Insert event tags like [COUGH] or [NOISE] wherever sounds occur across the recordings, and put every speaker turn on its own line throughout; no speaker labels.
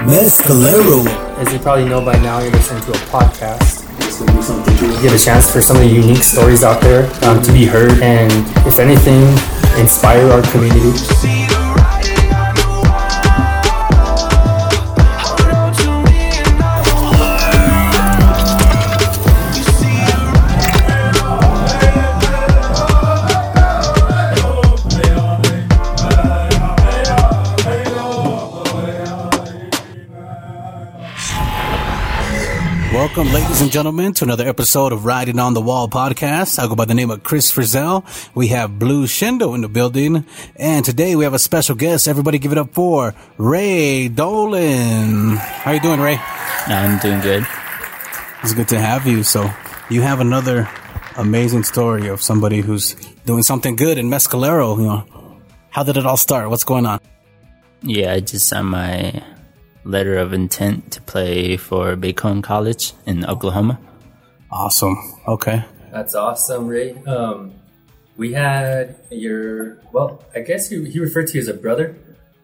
Mescalero.
As you probably know by now, you're listening to a podcast.
It's gonna be something
You get a chance for some of the unique stories out there um, to be heard, and if anything, inspire our community.
Welcome, ladies and gentlemen, to another episode of Riding on the Wall podcast. I go by the name of Chris Frizzell. We have Blue Shindo in the building, and today we have a special guest. Everybody, give it up for Ray Dolan. How you doing, Ray?
I'm doing good.
It's good to have you. So, you have another amazing story of somebody who's doing something good in Mescalero. You know, how did it all start? What's going on?
Yeah, I just signed my letter of intent to play for Baycone College in Oklahoma.
Awesome. Okay.
That's awesome, Ray. Um, we had your well, I guess he, he referred to you as a brother,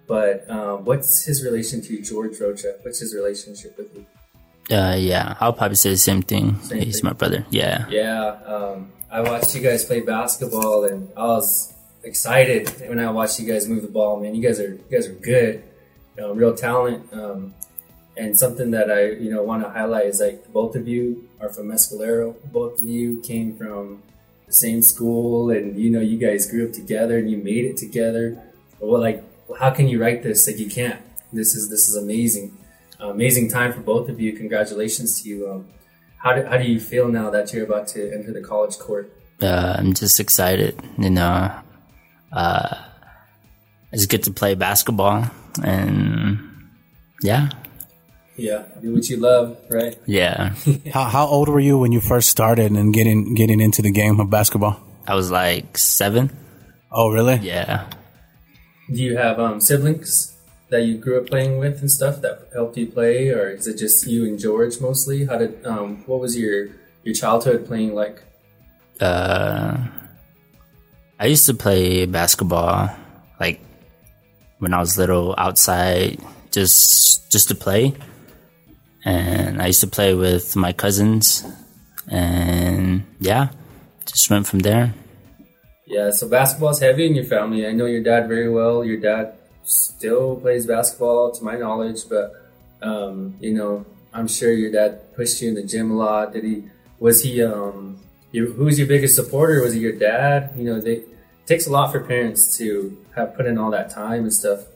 but um, what's his relation to George Rocha? What's his relationship with you?
Uh, yeah, I'll probably say the same thing.
Same
He's
thing.
my brother. Yeah.
Yeah, um, I watched you guys play basketball, and I was excited when I watched you guys move the ball. Man, you guys are you guys are good, you know, real talent. Um, and something that I you know want to highlight is like both of you are from Mescalero. Both of you came from the same school, and you know you guys grew up together and you made it together. Well, like how can you write this? Like you can't. This is this is amazing, amazing time for both of you. Congratulations to you. Um, how do, how do you feel now that you're about to enter the college court?
Uh, I'm just excited, you know. Uh, I just get to play basketball and yeah,
Yeah, do what you love, right?
yeah.
[LAUGHS]
How, how old were you when you first started and getting getting into the game of basketball?
I was like seven.
Oh, really?
Yeah.
Do you have um, siblings that you grew up playing with and stuff that helped you play, or is it just you and George mostly? How did um, what was your your childhood playing like?
uh, I used to play basketball like when I was little outside just just to play. And I used to play with my cousins and yeah, just went from there.
Yeah, so basketball's heavy in your family. I know your dad very well. Your dad still plays basketball, to my knowledge, but um, you know, I'm sure your dad pushed you in the gym a lot. Did he? Was he? Um, your, who was your biggest supporter? Was it your dad? You know, they, it takes a lot for parents to have put in all that time and stuff.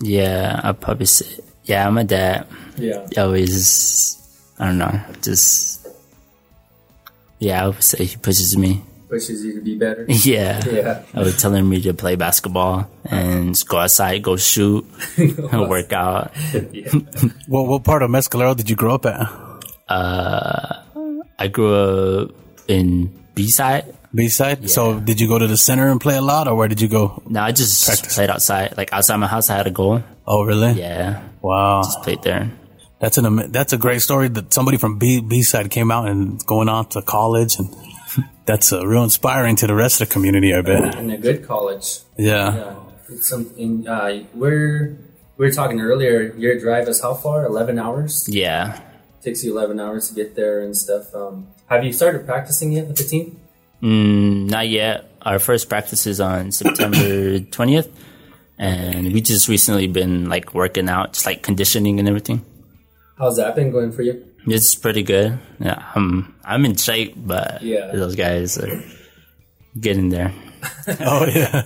Yeah, I probably say, yeah, my dad
Yeah,
always I don't know, just yeah, I would say he pushes me. [LAUGHS]
pushes you to be better.
Yeah.
Yeah.
I was telling me to play basketball and just go outside, go shoot, [LAUGHS] and work out.
Well, what part of Mescalero did you grow up at?
I grew up in B side.
B side. So did you go to the center and play a lot, or where did you go?
No, I just played outside. Like outside my house, I had a goal.
Oh, really?
Yeah,
Wow,
played there.
that's an ama- that's a great story that somebody from B B side came out and going off to college, and [LAUGHS] that's uh, real inspiring to the rest of the community. I bet.
in a good college.
Yeah.
Yeah, it's something. Uh, we're we were talking earlier. Your drive is how far? Eleven hours.
Yeah.
takes you 11 hours to get there and stuff. Um, have you started practicing yet with the team?
Mm, not yet. Our first practice is on [COUGHS] September 20th. And we just recently been like working out, just like conditioning and everything.
How's that been going for you?
It's pretty good. Yeah, I'm I'm in shape, but
Yeah.
those guys are getting there.
Oh yeah.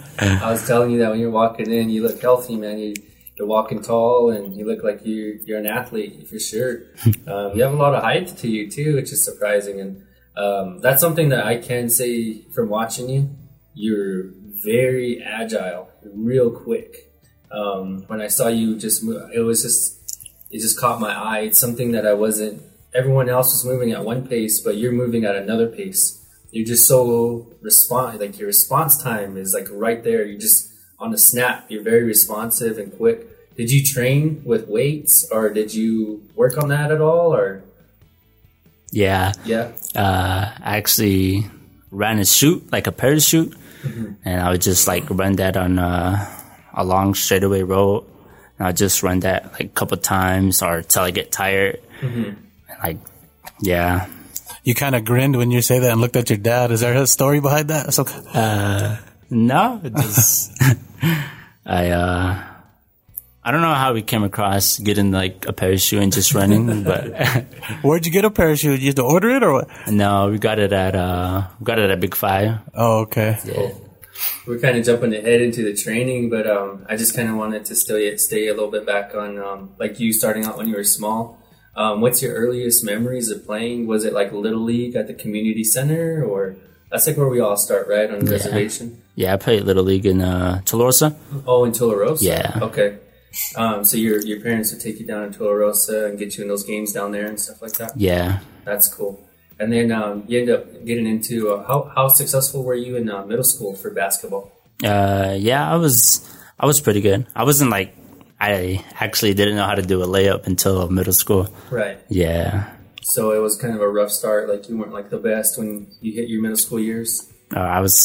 I was telling you that when you're walking in, you look healthy, man. You, you're walking tall and you look like you, you're an athlete for sure. um, you have a lot of height to you too, which is surprising. And um, that's something that I can say from watching you. You're very agile, real quick. Um, when I saw you just move, it was just, it just caught my eye. It's something that I wasn't, everyone else was moving at one pace, but you're moving at another pace. you're just so respond like your response time is like right there you just on a snap you're very responsive and quick did you train with weights or did you work on that at all or
Yeah.
yeah
uh, I actually ran a shoot, like a parachute, and I would just like run that on a, a long uh, straightaway road. And I'll just run that like a couple times or till I get tired. And, Like, yeah.
You kind of grinned when you say that and looked at your dad. Is there a story behind that? So,
No, it just [LAUGHS] I uh I don't know how we came across getting like a parachute and just [LAUGHS] running, but
where'd you get a parachute? You used to order it or what?
no, we got it at uh we got it at Big Five.
Oh, okay.
we're kind of jumping ahead into the training, but um, I just kind of wanted to stay stay a little bit back on um, like you starting out when you were small. Um, what's your earliest memories of playing? Was it like little league at the community center, or that's like where we all start, right, on the reservation?
Yeah, I played little league in uh Tolosa.
Oh, in Tularosa.
Yeah.
Okay. Um, so your your parents would take you down to Tularosa and get you in those games down there and stuff like that.
Yeah.
That's cool. And then um, you end up getting into uh, how how successful were you in uh, middle school for basketball?
Uh yeah, I was I was pretty good. I wasn't like I actually didn't know how to do a layup until middle school.
Right.
Yeah.
So it was kind of a rough start. Like you weren't like the best when you hit your middle school years.
Uh, I was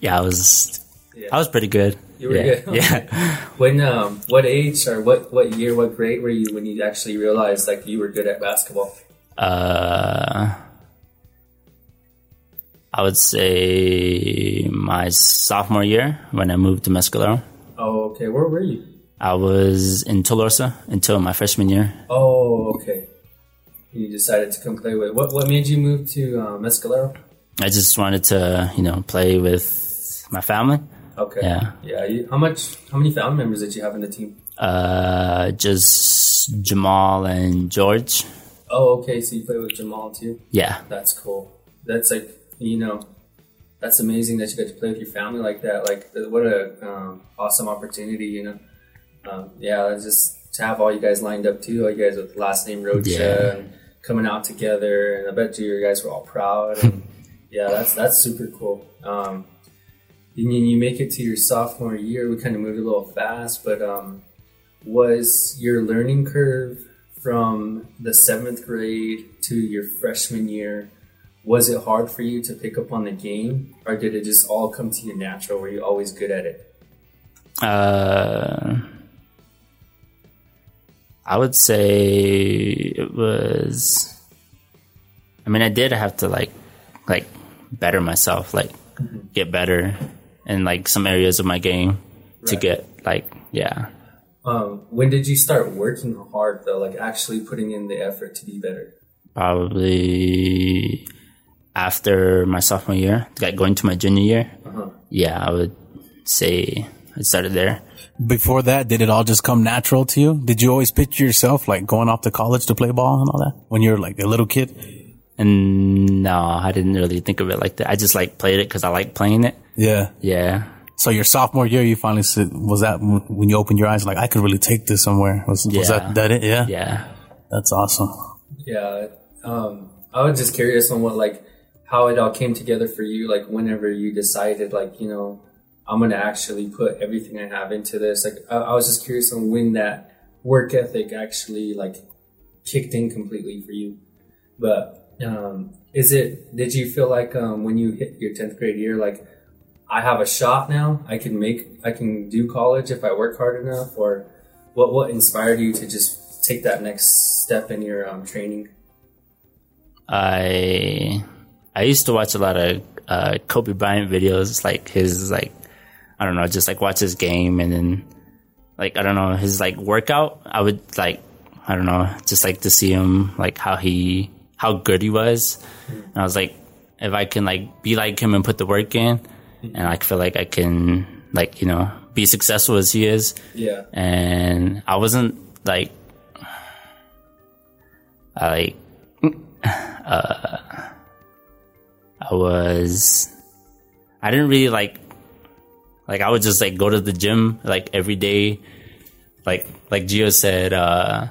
yeah, I was
Yeah.
I was pretty good.
You were
yeah. [LAUGHS]
good.
yeah.
When um, what age or what what year, what grade were you when you actually realized like you were good at basketball?
Uh, I would say my sophomore year when I moved to Mescalero.
Oh, okay. Where were you?
I was in Tulorsa until my freshman year.
Oh, okay. You decided to come play with what? What made you move to uh, Mescalero?
I just wanted to, you know, play with my family.
Okay.
Yeah.
Yeah. You, how much? How many family members did you have in the team?
Uh, just Jamal and George.
Oh, okay. So you played with Jamal too.
Yeah,
That's cool. That's like you know, that's amazing that you got to play with your family like that. Like th- what a um, awesome opportunity, you know. Um, yeah, it's just to have all you guys lined up too. All you guys with last name Rocha
Yeah.
and coming out together, and I bet you your guys were all proud. And yeah, that's that's super cool. Um, and then you make it to your sophomore year. We kind of moved a little fast, but um, was your learning curve from the seventh grade to your freshman year? Was it hard for you to pick up on the game, or did it just all come to you natural? Were you always good at it?
Uh, I would say it was. I mean, I did have to like, like, better myself, like, get better in like some areas of my game to
Right.
get like, yeah.
Um, when did you start working hard though, like actually putting in the effort to be better?
Probably after my sophomore year, like going to my junior year. Yeah, I would say I started there.
Before that, did it all just come natural to you? Did you always picture yourself like going off to college to play ball and all that when you were like a little kid?
And no, I didn't really think of it like that. I just like played it because I like playing it.
Yeah.
Yeah.
So your sophomore year, you finally said, was that when you opened your eyes, like I could really take this somewhere? Was, was
Yeah.
that, that it? Yeah.
Yeah.
That's awesome.
Yeah. Um, I was just curious on what, like, how it all came together for you, like, whenever you decided, like, you know, I'm going to actually put everything I have into this. Like, I, I was just curious on when that work ethic actually, like, kicked in completely for you. But, um, is it, did you feel like, um, when you hit your 10th grade year, like, I have a shot now, I can make, I can do college if I work hard enough, or what, what inspired you to just take that next step in your um, training?
I I used to watch a lot of uh, Kobe Bryant videos, like his like I don't know, just like watch his game and then like I don't know his like workout. I would like I don't know, just like to see him like how he how good he was. And I was like, if I can like be like him and put the work in, and I feel like I can like you know be successful as he is.
Yeah.
and I wasn't like I like uh I was I didn't really like like I would just like go to the gym like every day like like Gio said uh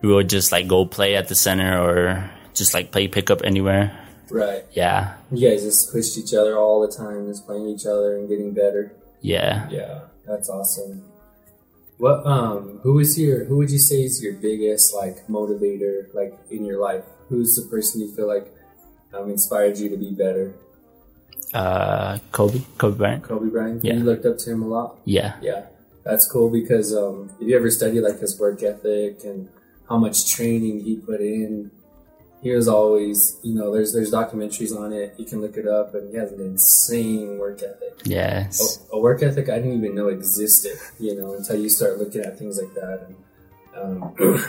we would just like go play at the center or just like play pickup anywhere
Right.
yeah
You guys just pushed each other all the time, just playing each other and getting better.
yeah
Yeah. That's awesome. What um who is your who would you say is your biggest like motivator like in your life? Who's the person you feel like um, inspired you to be better?
uh Kobe Kobe Bryant
Kobe Bryant?
Yeah.
You looked up to him a lot?
yeah
Yeah. that's cool because um, if you ever study like his work ethic and how much training he put in, he was always, you know, there's there's documentaries on it. You can look it up, and he has an insane work ethic.
Yes.
A, a work ethic I didn't even know existed, you know, until you start looking at things like that. And, um,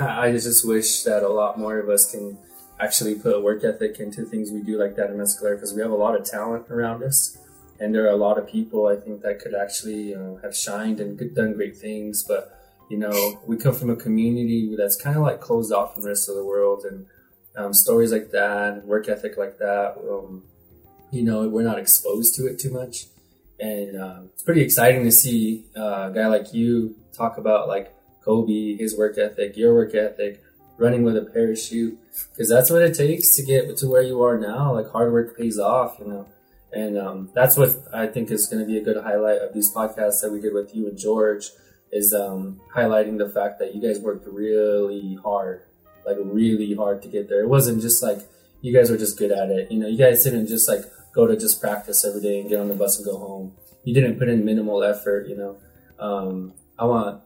[CLEARS THROAT] I just wish that a lot more of us can actually put work ethic into things we do like that in Mescalero because we have a lot of talent around us, and there are a lot of people I think that could actually uh, have shined and good- done great things. But you know, we come from a community that's kind of like closed off from the rest of the world, and um, stories like that, work ethic like that, um, you know, we're not exposed to it too much. And um, it's pretty exciting to see uh, a guy like you talk about like Kobe, his work ethic, your work ethic, running with a parachute, because that's what it takes to get to where you are now. Like hard work pays off, you know. And um, that's what I think is going to be a good highlight of these podcasts that we did with you and George is um, highlighting the fact that you guys worked really hard, like really hard to get there. It wasn't just like you guys were just good at it. You know, you guys didn't just like go to just practice every day and get on the bus and go home. You didn't put in minimal effort. You know, um, I want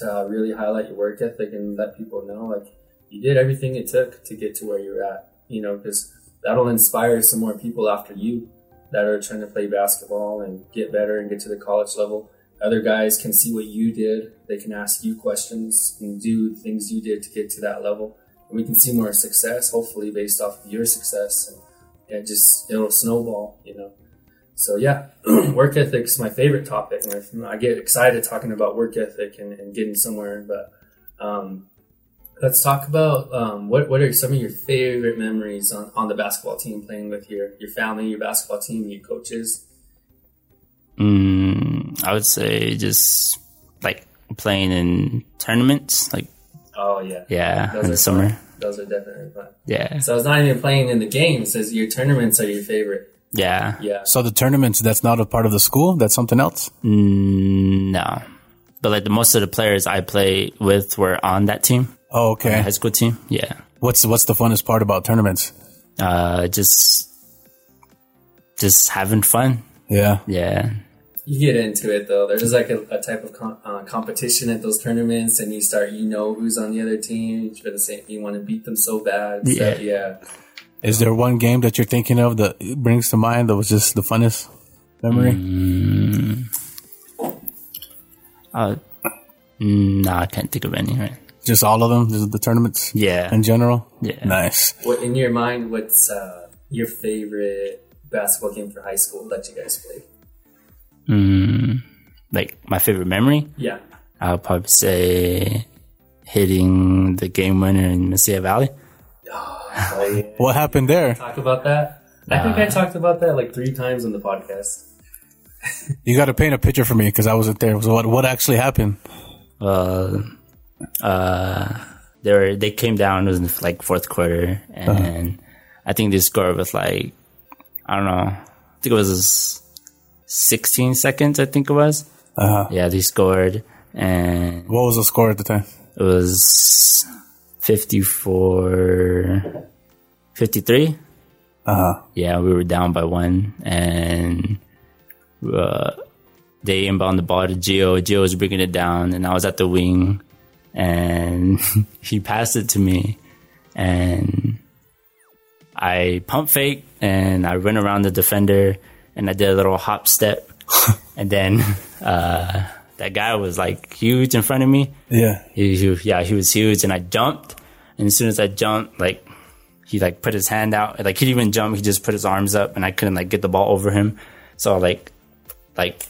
to uh, really highlight your work ethic and let people know like you did everything it took to get to where you're at. You know, because that'll inspire some more people after you that are trying to play basketball and get better and get to the college level. Other guys can see what you did. They can ask you questions and do things you did to get to that level. And we can see more success, hopefully, based off of your success. And yeah, just it'll snowball, you know. So yeah, [CLEARS THROAT] work ethic's my favorite topic. and I I get excited talking about work ethic and, and getting somewhere. But um, let's talk about um, what what are some of your favorite memories on, on the basketball team playing with your your family, your basketball team, your coaches.
Mm, I would say just like playing in tournaments, like
Oh yeah,
yeah,
Those
in
are
the summer.
fun. Those are definitely fun.
Yeah,
So it's not even playing in the games. It's your tournaments are your favorite.
yeah.
Yeah.
So the tournaments, that's not a part of the school. That's something else.
Mm, no, but like the most of the players I play with were on that team,
Oh, okay.
high school team. Yeah,
What's what's the funnest part about tournaments?
uh, just just having fun.
Yeah.
Yeah,
You get into it though. There's like a, a type of com- uh, competition at those tournaments, and you start. You know who's on the other team. For the same, you want to beat them so bad. So,
Yeah.
yeah.
Is there one game that you're thinking of that brings to mind that was just the funnest memory?
Mm.
uh, mm, no, I can't think of any. Right?
Just all of them, just the tournaments
Yeah,
in general.
yeah.
Nice.
What in your mind? What's uh, your favorite basketball game for high school that you guys played?
Mm, like my favorite memory.
Yeah,
I'll probably say hitting the game winner in Mesilla Valley.
What happened there?
talk about that. I think I talked about that like three times on the podcast.
You got to paint a picture for me because I wasn't there. So what what actually happened?
Well, uh, they were, they came down it was in the, like fourth quarter, and I think they scored with like I don't know, I think it was 16 seconds. I think it was.
Uh-huh.
Yeah, they scored, and
What was the score at the time?
it was 54 53
Uh-huh.
yeah we were down by one and uh, they inbound the ball to Gio Gio was bringing it down and I was at the wing and [LAUGHS] he passed it to me and I pump fake and I run around the defender and I did a little hop step and then uh, that guy was like huge in front of me
Yeah.
he, he yeah he was huge and i jumped and as soon as i jumped like he like put his hand out like he didn't even jump he just put his arms up and i couldn't like get the ball over him so i like like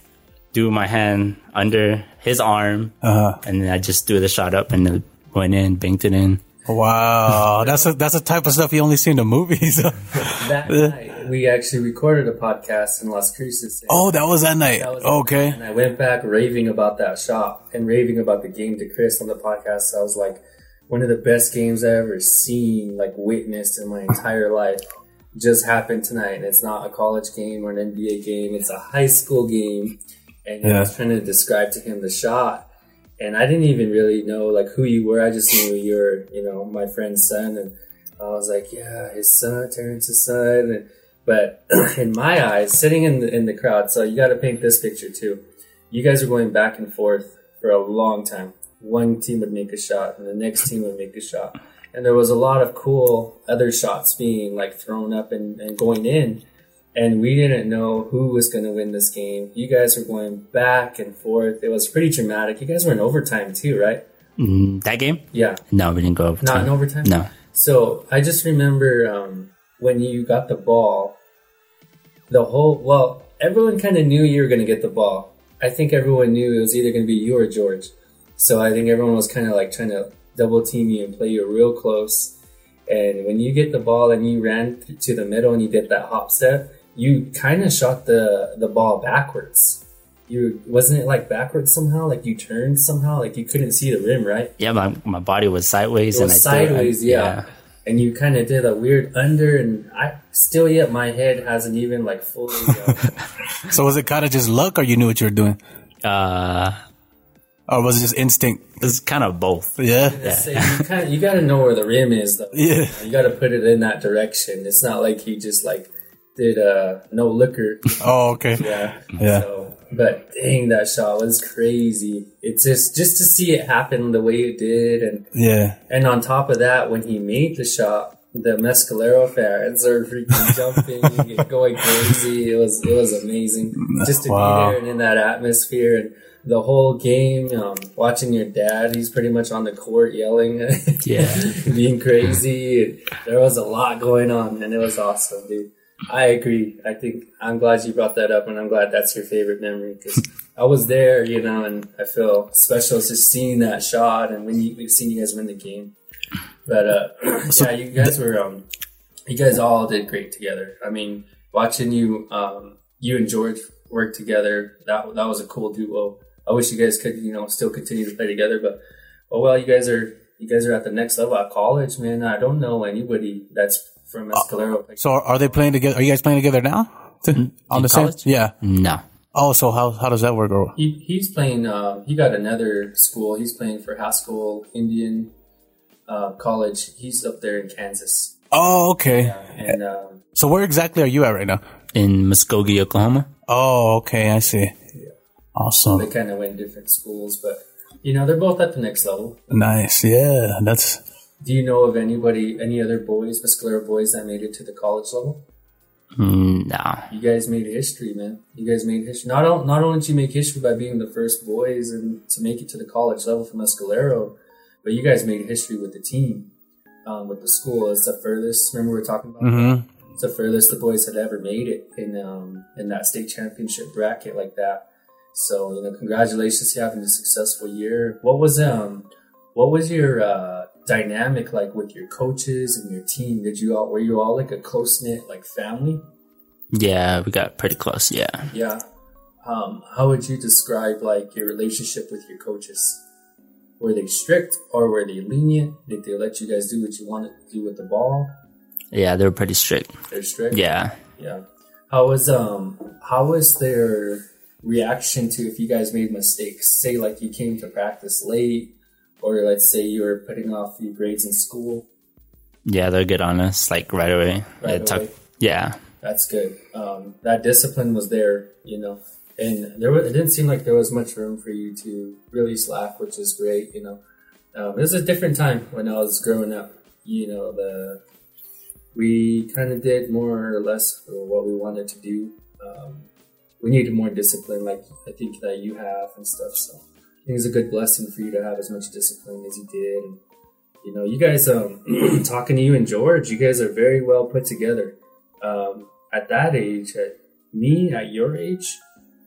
threw my hand under his arm
Uh-huh.
and then i just threw the shot up and it went in banked it in
[LAUGHS]
Wow, that's a, that's the type of stuff you only see in the movies. [LAUGHS]
That night we actually recorded a podcast in Las Cruces.
oh, that was that night.
That was-
okay.
And I went back raving about that shot and raving about the game to Chris on the podcast. I was like, one of the best games I've ever seen, like witnessed in my entire life, just happened tonight. And it's not a college game or an NBA game, it's a high school game. And I was trying to describe to him the shot. And I didn't even really know like who you were. I just knew you were, you know, my friend's son. And I was like, yeah, his son, Terrence's son. And, but [CLEARS THROAT] in my eyes, sitting in the, in the crowd, so you got to paint this picture too. You guys are going back and forth for a long time. One team would make a shot, and the next team would make a shot, and there was a lot of cool other shots being like thrown up and, and going in, and we didn't know who was going to win this game. You guys were going back and forth. It was pretty dramatic. You guys were in overtime too, right?
Mm, that game?
Yeah,
No, we didn't go overtime.
not in overtime.
No.
So I just remember um, when you got the ball, the whole well, everyone kind of knew you were going to get the ball. I think everyone knew it was either going to be you or George. So I think everyone was kind of like trying to double team you and play you real close. And when you get the ball and you ran th- to the middle and you did that hop step, you kind of shot the the ball backwards. You wasn't it like backwards somehow? Like you turned somehow? Like you couldn't see the rim, right?
Yeah, my, my body was sideways.
It was
and I threw it.
sideways, yeah. And you kind of did a weird under, and I still yet my head hasn't even like fully. Uh,
So was it kind of just luck, or you knew what you were doing,
yeah. Uh,
or was it just instinct?
it was kind of both.
Yeah,
so you kind of you got to know where the rim is, though.
yeah.
You got to put it in that direction. It's not like he just like did uh no liquor.
Oh, okay.
Yeah,
Yeah.
So, but dang, that shot was crazy. It's just just to see it happen the way it did, and
Yeah.
And on top of that, when he made the shot, the Mescalero fans are freaking jumping and going crazy. It was it was amazing just to
Wow.
be there and in that atmosphere and the whole game. Um, watching your dad, he's pretty much on the court yelling, [LAUGHS]
Yeah.
being crazy. And there was a lot going on, and it was awesome, dude. I agree. I think I'm glad you brought that up, and I'm glad that's your favorite memory because I was there, you know, and I feel special just seeing that shot and when you, we've seen you guys win the game. But uh, [CLEARS THROAT] yeah, you guys were, um, you guys all did great together. I mean, watching you, um, you and George work together, that that was a cool duo. I wish you guys could, you know, still continue to play together. But oh well, you guys are you guys are at the next level at college, man. I don't know anybody that's from Escalero.
So are, are they playing together? Are you guys playing together now? On the
college?
same? Yeah.
No.
Oh, so how how does that work? Or
He, he's playing. Um, he got another school. He's playing for Haskell Indian uh, College. He's up there in Kansas.
oh, okay.
And um,
So where exactly are you at right now?
In Muskogee, Oklahoma?
Oh, okay. I see.
they
Awesome.
kind of went different schools, but you know they're both at the next level.
Nice. Yeah. That's
Do you know of anybody, any other boys, Mescalero boys that made it to the college level?
Mm, No.
You guys made history, man. You guys made history. Not on- not only did you make history by being the first boys and to make it to the college level from Escalero, but you guys made history with the team, um, with the school. It's the furthest. Remember we were talking about.
hmm
It's the furthest the boys had ever made it in um, in that state championship bracket like that. So you know, congratulations to having a successful year. What was um, what was your uh, dynamic like with your coaches and your team? Did you all were you all like a close knit like family?
Yeah, we got pretty close. Yeah.
Yeah. Um, how would you describe like your relationship with your coaches? Were they strict or were they lenient? Did they let you guys do what you wanted to do with the ball?
Yeah, they were pretty strict.
They're strict.
Yeah.
Yeah. How was um how was their reaction to if you guys made mistakes? Say like you came to practice late or let's say you were putting off your grades in school.
Yeah, they'll get on us like right away.
Right
yeah, talk-
away.
yeah.
That's good. Um, that discipline was there, you know. And there was, it didn't seem like there was much room for you to really slack, which is great, you know. Um, it was a different time when I was growing up. You know, the we kind of did more or less what we wanted to do. Um, we needed more discipline, like I think that you have and stuff. So I think it's a good blessing for you to have as much discipline as you did. And, you know, you guys, um, [CLEARS THROAT] talking to you and George, you guys are very well put together um, at that age, at me at your age,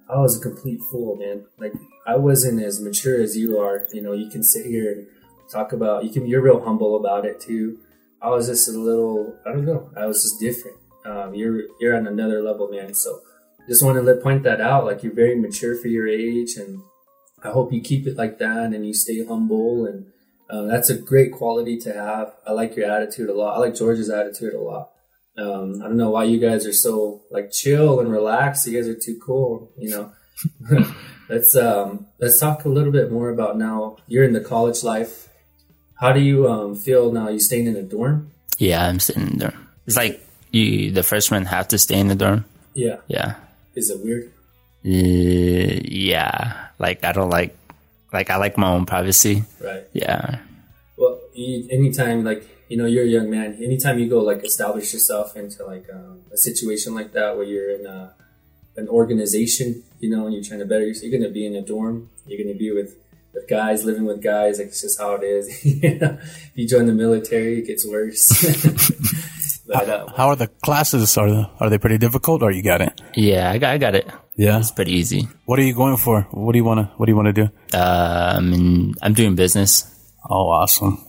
I was a complete fool, man. Like I wasn't as mature as you are. You know, you can sit here and talk about. You can. You're real humble about it too. I was just a little. I don't know. I was just different. Um, you're you're on another level, man. So just want to let, point that out. Like you're very mature for your age, and I hope you keep it like that, and you stay humble and. Um, that's a great quality to have. I like your attitude a lot. I like George's attitude a lot. Um, I don't know why you guys are so like chill and relaxed. You guys are too cool, you know. let's um, let's talk a little bit more about now. You're in the college life. How do you um, feel now? You staying in a dorm?
Yeah, I'm sitting in there. It's like you, the freshmen have to stay in the dorm.
Yeah.
Yeah.
Is it weird?
Uh, yeah. Like, I don't like like I like my own privacy.
right?
Yeah.
Well, you, anytime like you know you're a young man, anytime you go like establish yourself into like um, a situation like that where you're in a, an organization, you know, and you're trying to better yourself, you're gonna be in a dorm, you're gonna be with with guys living with guys, like it's just how it is. [LAUGHS] you know? If you join the military, it gets [LAUGHS] worse. but uh,
How are the classes? Are the, are they pretty difficult, or you got it?
Yeah, I got I got it.
Yeah.
It's pretty easy.
What are you going for? What do you want to? What do you want to do?
Um and I'm doing business.
Oh, awesome.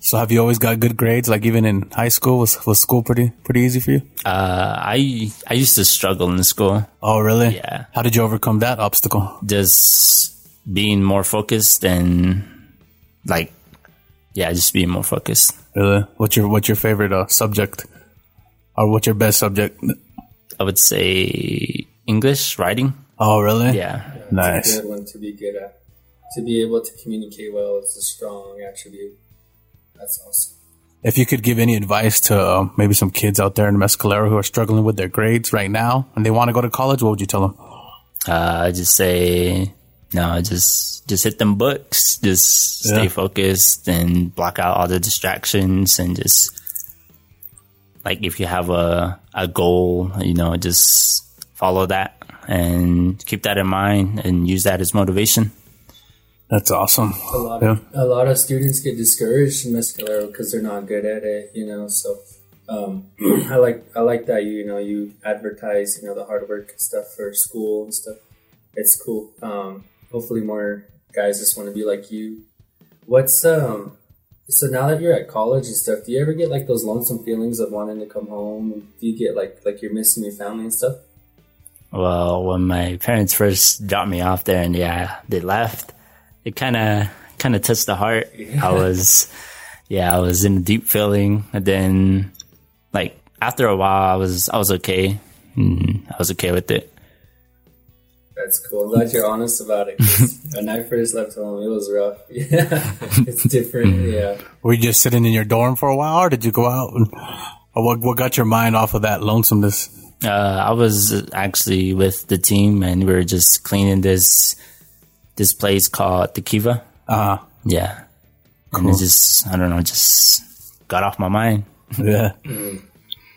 So have you always got good grades? Like even in high school, was was school pretty pretty easy for you?
Uh I I used to struggle in school.
Oh, really?
Yeah.
How did you overcome that obstacle?
Just being more focused and like yeah, just being more focused.
Really? What's your what's your favorite uh, subject, or what's your best subject?
I would say English writing.
Oh, really?
Yeah.
it's
Nice.
a good one to be good at. To be able to communicate well is a strong attribute. That's awesome.
If you could give any advice to uh, maybe some kids out there in Mescalero who are struggling with their grades right now and they want to go to college, what would you tell them?
Uh, I just say no. Just just hit them books. Just stay
Yeah.
focused and block out all the distractions and just like if you have a a goal, you know, just follow that and keep that in mind and use that as motivation.
That's awesome.
a lot
Yeah.
of, a lot of students get discouraged in Mescalero because they're not good at it, you know. So um, [CLEARS THROAT] I like I like that you know you advertise you know the hard work and stuff for school and stuff. It's cool. Um, hopefully more guys just want to be like you. What's um so now that you're at college and stuff, do you ever get like those lonesome feelings of wanting to come home? Do you get like like you're missing your family and stuff?
Well, when my parents first dropped me off there and yeah, they left, it kind of kind of touched the heart. I was yeah, I was in a deep feeling and then like after a while I was I was okay. Mm, I was okay with it.
That's cool. I'm glad you're honest about it. 'cause when I first left home, it was rough. [LAUGHS] Yeah, it's different. Yeah.
Were you just sitting in your dorm for a while, or did you go out? And, or what what got your mind off of that lonesomeness?
Uh, I was actually with the team and we were just cleaning this this place called the Kiva.
Uh,
Yeah. And it just I don't know, just got off my mind.
yeah.
Mm-hmm.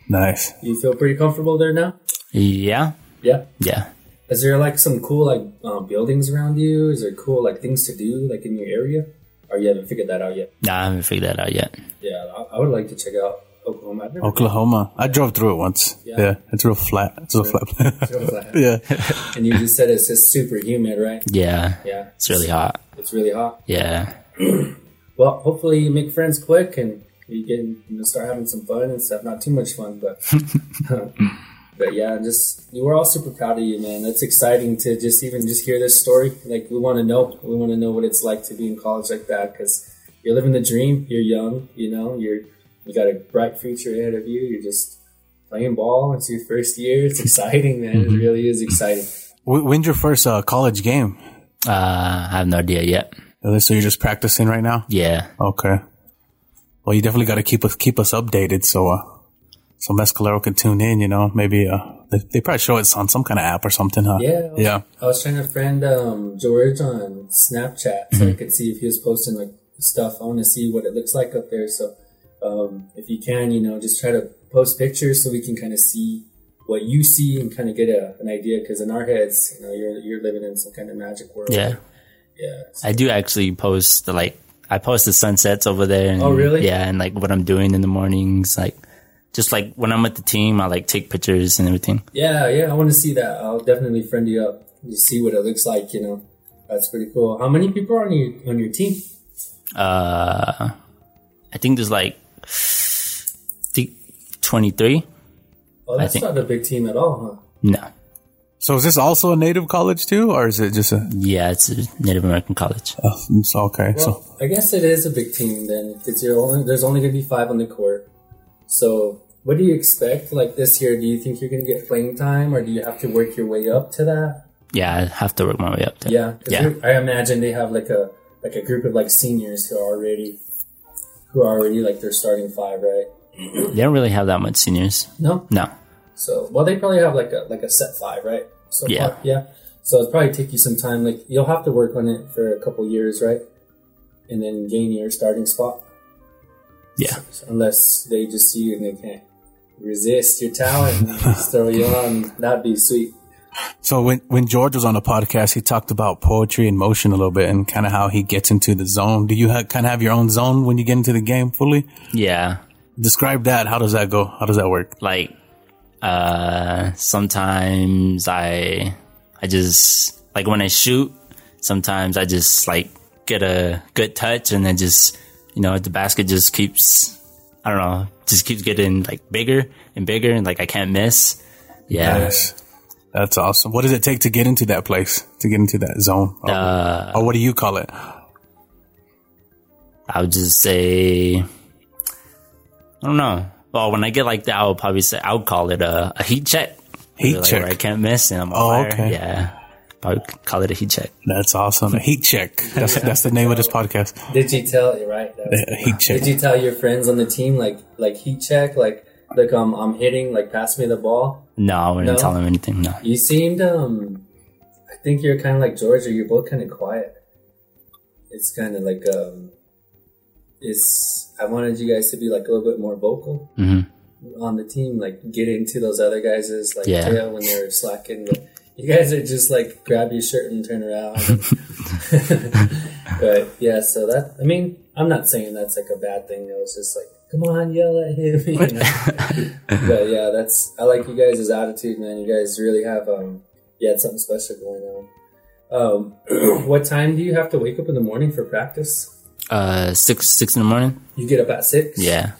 Nice.
You feel pretty comfortable there now?
Yeah.
Yeah.
Yeah.
Is there like some cool like um, buildings around you? Is there cool like things to do like in your area? Or you haven't figured that out yet?
Nah, I haven't figured that out yet.
Yeah, I, I would like to check out Oklahoma. I've never
Oh.
Oklahoma. I drove through it once. Yeah.
Yeah.
it's real flat. It's real flat. [LAUGHS] yeah.
and you just said it's just super humid, right?
Yeah.
Yeah,
It's really hot.
it's really hot.
Yeah.
Well, hopefully you make friends quick and you can you know, start having some fun and stuff. Not too much fun, but um, but yeah, just you we're all super proud of you, man. That's exciting to just even just hear this story. Like we want to know, we want to know what it's like to be in college like that because you're living the dream. You're young, you know. You're you got a bright future ahead of you. You're just playing ball. It's your first year. It's [LAUGHS] exciting, man. It really is exciting.
Wh- When's your first uh, college game?
Uh, I have no idea yet.
Really? So you're just practicing right now?
Yeah.
Okay. Well, you definitely got to keep us keep us updated so uh, so Mescalero can tune in. You know, maybe uh, they, they probably show it on some kind of app or something, huh?
Yeah.
Yeah.
I was trying to friend um, George on Snapchat
Mm-hmm.
so I could see if he was posting like stuff. I want to see what it looks like up there. So um, if you can, you know, just try to post pictures so we can kind of see what you see and kind of get a, an idea. Because in our heads, you know, you're you're living in some kind of magic world.
Yeah.
Yeah.
I do actually post like I post the sunsets over there. And,
Oh, really?
Yeah, and like what I'm doing in the mornings, like just like when I'm with the team, I like take pictures and everything.
Yeah, yeah, I want to see that. I'll definitely friend you up. You see what it looks like. You know, that's pretty cool. How many people are on your on your team?
Uh, I think there's like I think 23.
Oh, that's
think-
not a big team at all, huh?
No,
So is this also a native college too, or is it just a?
yeah, it's a Native American college.
Oh.
Uh, it's okay. so
Well, I guess it is a big team then. It's your only, there's only going to be five on the court. So, what do you expect like this year? Do you think you're going to get playing time, or do you have to work your way up to that?
Yeah, I have to work my way up there.
Yeah, 'cause
Yeah.
you're- I imagine they have like a like a group of like seniors who are already who are already like their starting five, right?
They don't really have that much seniors.
No,
No.
so well they probably have like a like a set five, right? So
Yeah.
far, yeah. So it'll probably take you some time. Like you'll have to work on it for a couple years, right? And then gain your starting spot.
Yeah.
So unless they just see you and they can't resist your talent, and just throw you on. That'd be sweet.
So when when George was on the podcast, he talked about poetry and motion a little bit and kind of how he gets into the zone. Do you ha- kind of have your own zone when you get into the game fully?
Yeah.
Describe that. How does that go? How does that work?
like uh sometimes i i just like when i shoot sometimes i just like get a good touch and then just you know the basket just keeps i don't know just keeps getting like bigger and bigger and like i can't miss yeah
That's awesome. What does it take to get into that place? To get into that zone? Or,
Uh,
or what do you call it?
i would just say i don't know well when i get like that i would probably say i would call it a, a heat check
Heat
Like,
check.
where i can't miss and i'm on
Oh,
fire.
okay.
yeah probably call it a heat check
That's awesome. A heat check. That's that's the name of this podcast.
Did you tell you right? That was-
A heat check.
Did you tell your friends on the team like like heat check like like um I'm hitting like pass me the ball?
No, I wouldn't
No?
tell him anything. No.
You seemed um I think you're kind of like George, or you're both kind of quiet. It's kind of like um it's I wanted you guys to be like a little bit more vocal
Mhm.
on the team, like get into those other guys' like
Yeah.
tail when they're slacking. But you guys are just like grab your shirt and turn around. [LAUGHS] but yeah, so that I mean, I'm not saying that's like a bad thing. It was just like, come on, yell at him. [LAUGHS] you know? but yeah, that's I like you guys' attitude, man. You guys really have um yeah, it's something special going on. Um, [CLEARS THROAT] what time do you have to wake up in the morning for practice?
Uh, six six in the morning.
You get up at six.
Yeah.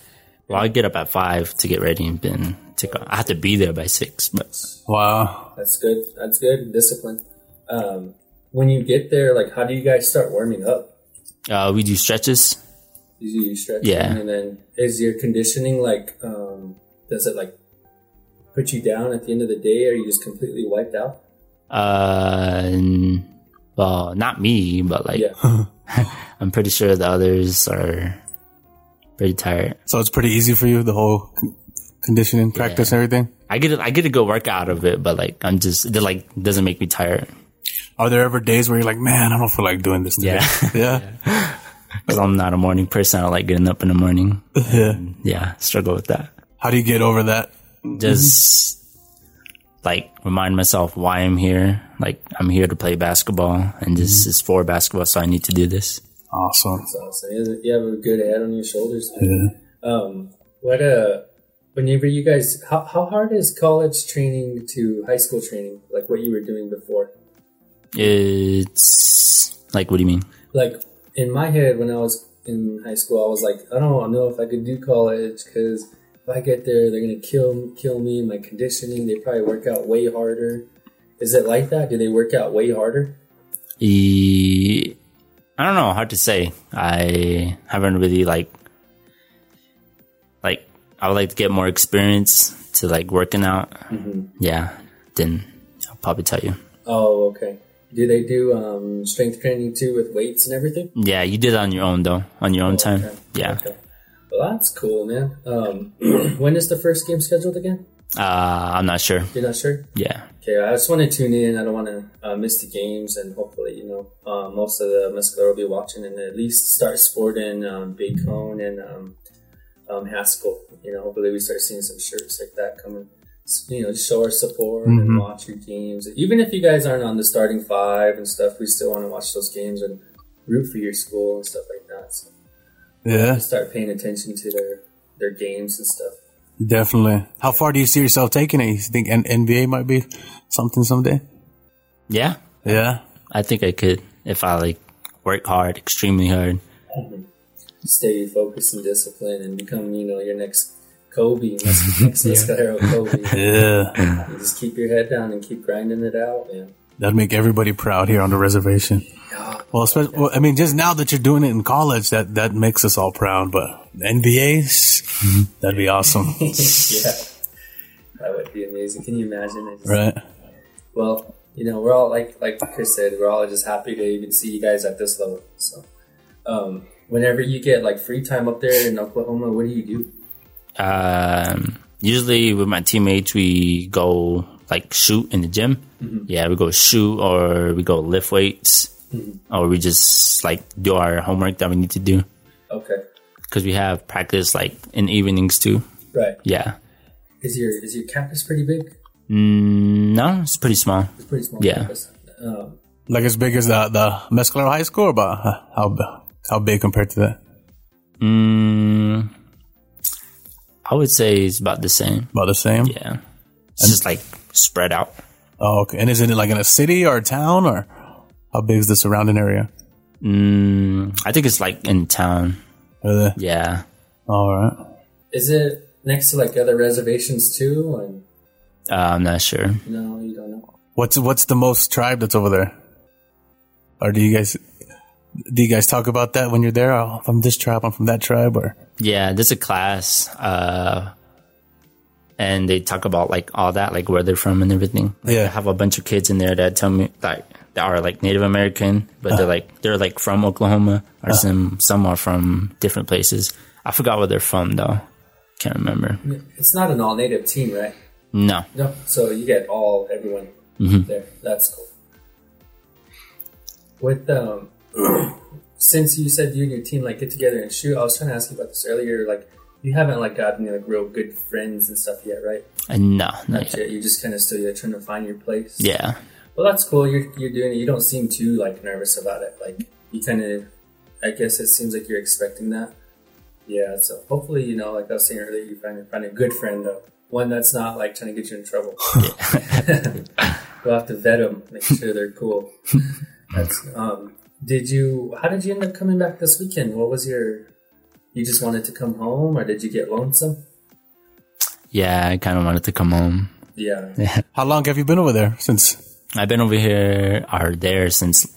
Well, I get up at five to get ready and then take. Off. I have to be there by six, but
Wow.
That's good. That's good. Discipline. Um, when you get there, like, how do you guys start warming up?
uh, we do stretches.
Is you stretching,
Yeah.
and then is your conditioning like? Um, does it like put you down at the end of the day? Are you just completely wiped out?
Uh, and, well, not me, but like
Yeah.
[LAUGHS] I'm pretty sure the others are pretty tired.
So it's pretty easy for you the whole con- conditioning practice and everything.
I get a, I get a good workout out of it, but like I'm just it like doesn't make me tired
Are there ever days where you're like, man, I don't feel like doing this today?
Yeah.
[LAUGHS] Yeah.
because I'm not a morning person. I like getting up in the morning.
yeah.
Yeah, struggle with that.
How do you get over that?
just like remind myself why I'm here. Like I'm here to play basketball, and this is for basketball, so I need to do this.
Awesome.
That's awesome. You have- You have a good head on your shoulders. man.
Yeah.
Um, what uh Whenever you guys, how, how hard is college training to high school training? Like what you were doing before?
It's like, what do you mean?
like in my head when I was in high school, I was like, I don't know if I could do college because if I get there, they're gonna kill kill me and my conditioning. They probably work out way harder. Is it like that? Do they work out way harder?
E- I don't know. Hard to say. I haven't really like like I would like to get more experience to like working out. Yeah, then I'll probably tell you.
Oh, okay. Do they do um, strength training too with weights and everything?
Yeah, you did it on your own though, on your own time.
okay.
Yeah.
Okay. Well, that's cool, man. Um, [CLEARS THROAT] when is the first game scheduled again?
Uh, I'm not sure.
You're not sure?
Yeah.
Okay, I just want to tune in. I don't want to uh, miss the games, and hopefully, you know, uh, most of the Mescalero will be watching, and at least start sporting um, Big Cone and um, um, Haskell. You know, hopefully, we start seeing some shirts like that coming. S- You know, show our support and watch your games. Even if you guys aren't on the starting five and stuff, we still want to watch those games and root for your school and stuff like that. So
Yeah.
start paying attention to their their games and stuff.
Definitely. How far do you see yourself taking it? You think N- NBA might be something someday?
Yeah.
Yeah.
I think I could if I like work hard, extremely hard.
stay focused and disciplined and become, you know, your next Kobe, [LAUGHS] next, next Escalero Kobe.
Yeah.
You just keep your head down and keep grinding it out, man.
That'd make everybody proud here on the reservation. Well, especially, well, I mean, just now that you're doing it in college, that, that makes us all proud. But NBA's, that'd be awesome,
Yeah. That would be amazing. Can you imagine it?
right?
Well, you know, we're all like like Chris said, we're all just happy to even see you guys at this level. So um whenever you get like free time up there in Oklahoma, what do you do?
Um, usually with my teammates, we go like shoot in the gym. Yeah, we go shoot or we go lift weights or we just like do our homework that we need to do
Okay.
because we have practice like in evenings too.
Right.
Yeah.
Is your is your campus pretty big?
Mm, no, it's pretty small.
It's pretty small.
Yeah.
Campus. Um,
Like as big as the the Mescalero High School, or about uh, how b- how big compared to that?
Mm, I would say it's about the same.
About the same.
Yeah. It's just like spread out.
Oh, okay. And is it like in a city or a town, or how big is the surrounding area?
Mm, I think it's like in town.
Really?
Yeah.
All right.
is it next to like other reservations too? And
Uh, I'm not sure.
no, you don't know.
What's what's the most tribe that's over there? Or do you guys do you guys talk about that when you're there? Oh, I'm from this tribe. I'm from that tribe. Or
Yeah, there's a class. Uh, and they talk about like all that, like where they're from and everything. Like,
Yeah.
I have a bunch of kids in there that tell me like that are like Native American, but they're like they're like from Oklahoma or some some are from different places. I forgot where they're from though. Can't remember.
It's not an all native team, right?
No.
No. So you get all everyone
Mm-hmm.
there. That's cool. With um, [CLEARS THROAT] since you said you and your team like get together and shoot, I was trying to ask you about this earlier. Like, you haven't like gotten like real good friends and stuff yet, right?
Uh, no, not yet.
Yeah. You're just kind of still you're trying to find your place.
Yeah.
Well, that's cool. You're you're doing it. You don't seem too like nervous about it. Like you kind of, I guess it seems like you're expecting that. Yeah. So hopefully, you know, like I was saying earlier, you find find a good friend though, one that's not like trying to get you in trouble. [LAUGHS] we'll have to vet them, make sure they're cool. That's um. Did you? How did you end up coming back this weekend? What was your? You just wanted to come home, or did you get lonesome?
Yeah, I kind of wanted to come home.
Yeah.
how long have you been over there since?
I've been over here or there since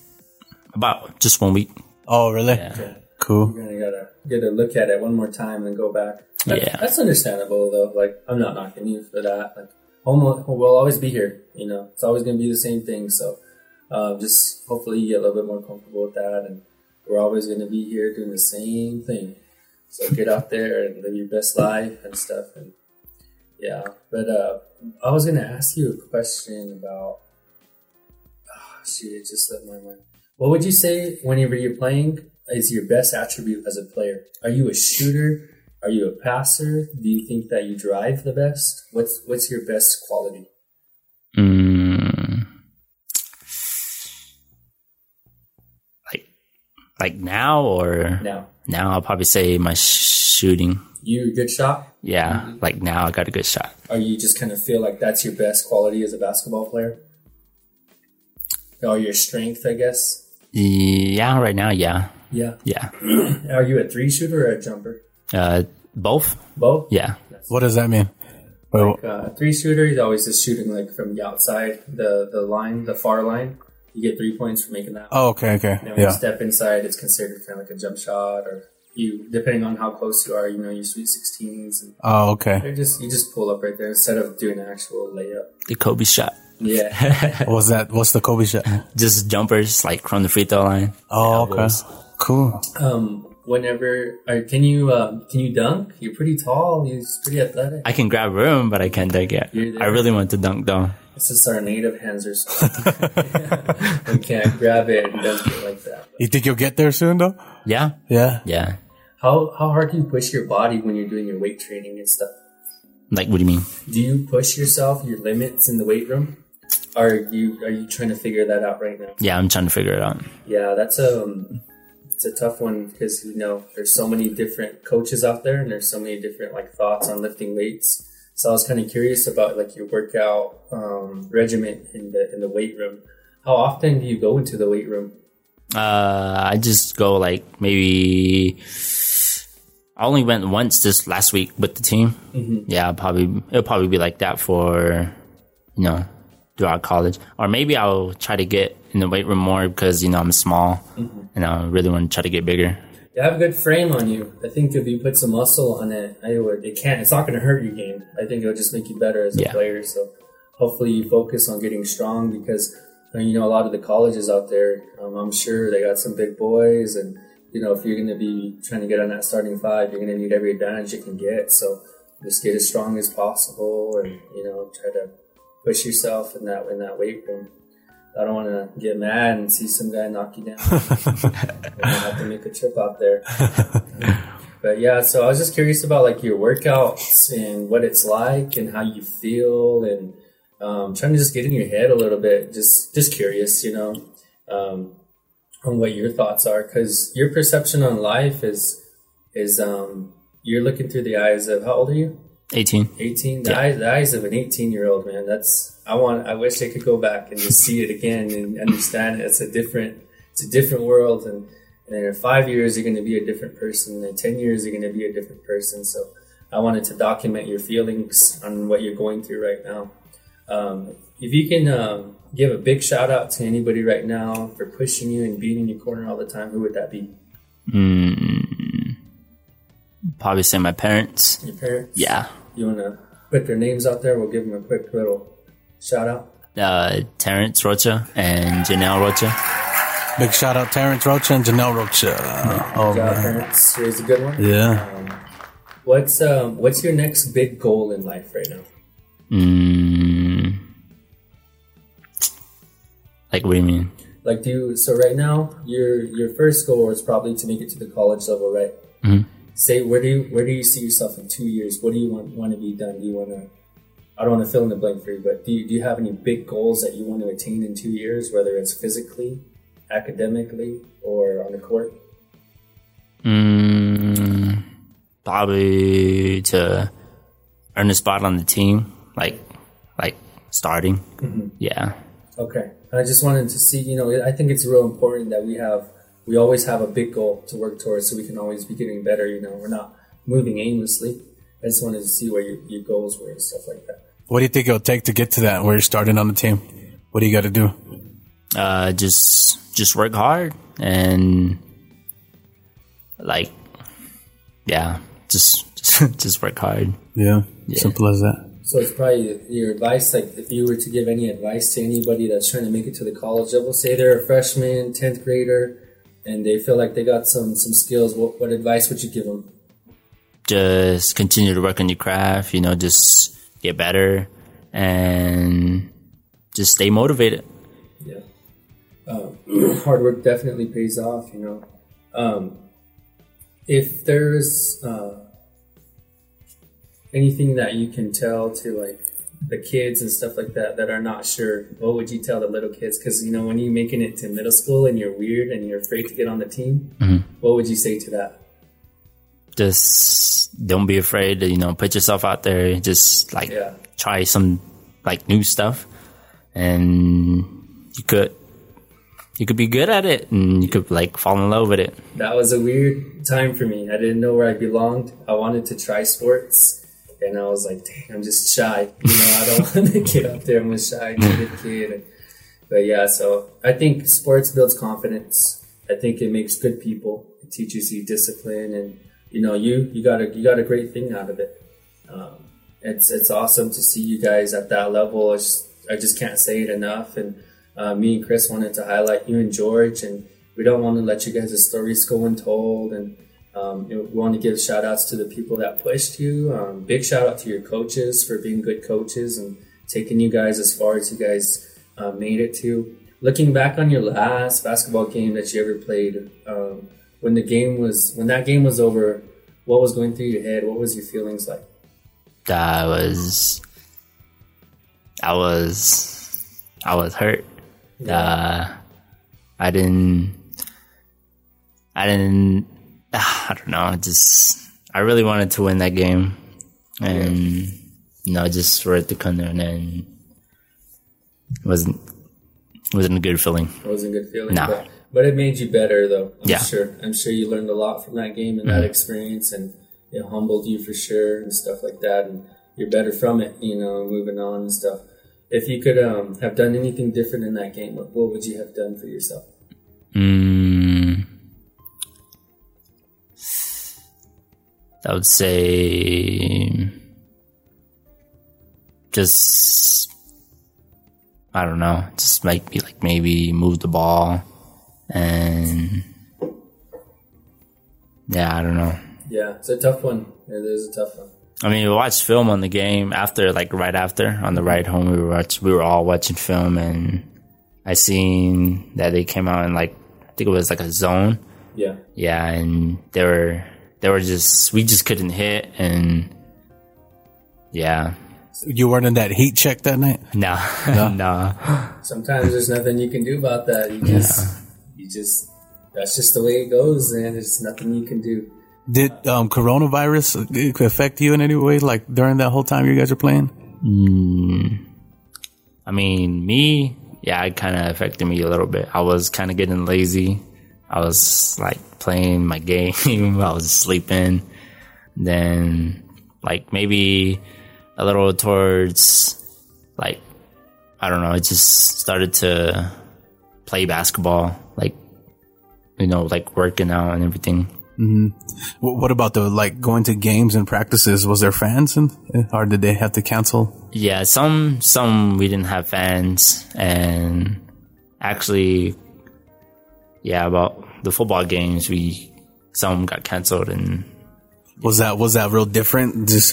about just one week.
Oh, really? Cool.
You're gonna gotta gotta look at it one more time and go back. That-
Yeah.
that's understandable though. Like I'm not knocking you for that. Like home will will always be here. You know, it's always gonna be the same thing. So um, just hopefully you get a little bit more comfortable with that, and we're always gonna be here doing the same thing. So get out there and live your best life and stuff. And yeah, but uh, I was gonna ask you a question about. Oh, shoot, it just left my mind. What would you say whenever you're playing is your best attribute as a player? Are you a shooter? Are you a passer? Do you think that you drive the best? What's what's your best quality?
Mm, like, like now or
Now,
now, I'll probably say my sh- shooting.
you a good shot?
Yeah, like now I got a good shot.
Or you just kind of feel like that's your best quality as a basketball player? Or your strength, I guess.
Yeah, right now, yeah,
Yeah.
yeah.
Are you a three shooter or a jumper?
Uh, both,
Both.
yeah,
What does that mean? Wait, wh-
Uh, three shooter, he's always just shooting like from the outside, the the line, the far line. You get three points for making that.
oh, okay, okay,
And when you
yeah.
step inside, it's considered kind of like a jump shot, or you, depending on how close you are, you know, your sweet 16s. And
Oh, okay.
they're just, you just pull up right there instead of doing an actual layup.
the Kobe shot.
Yeah.
What's that? What's the Kobe shot?
Just jumpers like from the free throw line.
Oh, okay.
Elbows.
Cool.
um, whenever, or can you, um, can you dunk? You're pretty tall. You're just pretty athletic.
I can grab room, but I can't dunk yet.
You're there.
I really want to dunk though.
It's just our native hands or something. [LAUGHS] we can't grab it and dunk it like that.
You think you'll get there soon, though?
Yeah,
Yeah.
yeah.
How, how hard do you push your body when you're doing your weight training and stuff?
Like, what do you mean?
Do you push yourself, your limits in the weight room? Are you, are you trying to figure that out right now?
Yeah, I'm trying to figure it out.
Yeah, that's um, it's a tough one because you know there's so many different coaches out there, and there's so many different like thoughts on lifting weights. So I was kind of curious about like your workout um, regimen in the in the weight room. How often do you go into the weight room?
Uh, I just go like maybe. I only went once this last week with the team. Yeah, I'll probably it'll probably be like that for you know throughout college, or maybe I'll try to get in the weight room more because you know I'm small and I really want to try to get bigger.
You have a good frame on you. I think if you put some muscle on it, I would. It can't. It's not going to hurt your game. I think it'll just make you better as a
Yeah.
player. So hopefully you focus on getting strong because I mean, you know a lot of the colleges out there. Um, I'm sure they got some big boys, and you know if you're going to be trying to get on that starting five, you're going to need every advantage you can get. So just get as strong as possible, and you know try to push yourself in that in that weight room. I don't want to get mad and see some guy knock you down. and have to make a trip out there. but yeah, so I was just curious about like your workouts and what it's like and how you feel and um, trying to just get in your head a little bit. Just just curious, you know, um, on what your thoughts are because your perception on life is is um, you're looking through the eyes of how old are you?
18.
18 the, eyes, the eyes of an 18 year old man that's i want i wish i could go back and just see it again and understand it. it's a different it's a different world and and in five years you're going to be a different person and in 10 years you're going to be a different person so i wanted to document your feelings on what you're going through right now um, if you can um, give a big shout out to anybody right now for pushing you and being in your corner all the time who would that be
Mm, probably say my parents.
your parents
Yeah.
you want to put their names out there we'll give them a quick little shout out
Uh, Terrence Rocha and Janelle Rocha.
Big shout out Terrence Rocha and Janelle Rocha. Oh,
Job
man.
parents, here's a good one.
Yeah.
Um, what's um, what's your next big goal in life right now?
Mm, like, what do you mean?
Like, do you, so right now your your first goal is probably to make it to the college level, right?
Mhm.
Say where do you where do you see yourself in two years? What do you want want to be done? Do you want to I don't want to fill in the blank for you, but do you, do you have any big goals that you want to attain in two years, whether it's physically, academically, or on the court?
Mm, probably to earn a spot on the team, like like starting. Yeah,
Okay. I just wanted to see, you know, I think it's real important that we have, we always have a big goal to work towards so we can always be getting better. You know, we're not moving aimlessly. I just wanted to see where your, your goals were and stuff like that.
What do you think it'll take to get to that where you're starting on the team? What do you got to do?
uh, just just work hard and like yeah, just [LAUGHS] just, just work hard.
Yeah. Simple as that.
So it's probably your advice, like if you were to give any advice to anybody that's trying to make it to the college level, say they're a freshman, 10th grader, and they feel like they got some, some skills, what, what advice would you give them?
Just continue to work on your craft. You know, just get better and just stay motivated.
Yeah. Um, [CLEARS THROAT] hard work definitely pays off, you know. Um, if there's uh, anything that you can tell to like the kids and stuff like that that are not sure, what would you tell the little kids? Because you know, when you're making it to middle school and you're weird and you're afraid to get on the team, what would you say to that?
just don't be afraid to you know put yourself out there just like
Yeah.
try some like new stuff and you could you could be good at it and you could like fall in love with it
that was a weird time for me. I didn't know where I belonged. I wanted to try sports, and I was like, "Dang, I'm just shy." You know, I don't [LAUGHS] want to get up there. I'm a shy timid kid. And, but yeah, so I think sports builds confidence. I think it makes good people. It teaches you discipline, and you know, you you got a you got a great thing out of it. Um, it's it's awesome to see you guys at that level. I just, I just can't say it enough. And uh, me and Chris wanted to highlight you and George, and we don't want to let you guys' stories go untold. And um, you know, we want to give shout outs to the people that pushed you. Um, big shout out to your coaches for being good coaches and taking you guys as far as you guys uh, made it to. Looking back on your last basketball game that you ever played, um, when the game was when that game was over, what was going through your head? What was your feelings like?
i was i was i was hurt uh i didn't i didn't [SIGHS] i don't know just i really wanted to win that game and you know just for it to come down and it wasn't it wasn't a good feeling
It wasn't a good feeling.
No.
But, but it made you better, though. I'm
Yeah.
sure. I'm sure you learned a lot from that game and that experience, and it humbled you for sure and stuff like that. And you're better from it, you know, moving on and stuff. If you could um, have done anything different in that game, what, what would you have done for yourself?
mm, i would say just I don't know, just like be like maybe move the ball and yeah, I don't know.
Yeah, it's a tough one. It is a tough one.
I mean, we watched film on the game after, like right after on the ride home. We were watch, we were all watching film, and I seen that they came out in like I think it was like a zone.
Yeah.
Yeah, and they were they were just we just couldn't hit, and yeah, [LAUGHS]
You weren't in that heat check that night.
no, [LAUGHS] no,
Sometimes there's nothing you can do about that. You just, you just, that's just the way it goes, and there's nothing you can do.
Did um, coronavirus uh, affect you in any way? Like during that whole time you guys were playing?
I mean, me, yeah, it kind of affected me a little bit. I was kind of getting lazy. I was like playing my [LAUGHS] game. I was sleeping. Then, like, maybe a little towards, like, I don't know, it just started to play basketball, like, you know, like working out and everything.
Wh- What about the like going to games and practices? Was there fans, and or did they have to cancel?
Yeah, some some we didn't have fans, and actually, yeah, about the football games, we some got canceled, and
Was that was that real different? Just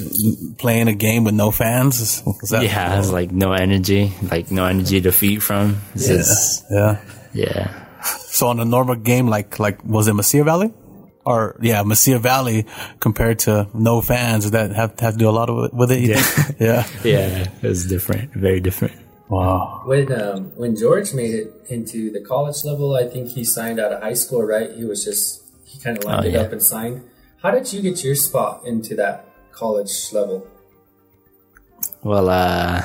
playing a game with no fans? Was that,
yeah, it's like no energy, like no energy to feed from. It's
yeah,
just-
yeah.
yeah,
So on a normal game, like like was it Mesilla Valley, or yeah, Mesilla Valley compared to no fans did that have have to do a lot of it- with it. You yeah, think? [LAUGHS] yeah.
yeah, it was different, very different.
Wow.
When um, when George made it into the college level, I think he signed out of high school, right? He was just he kind of lined
Oh,
it
yeah.
up and signed. How did you get your spot into that college level?
Well, uh,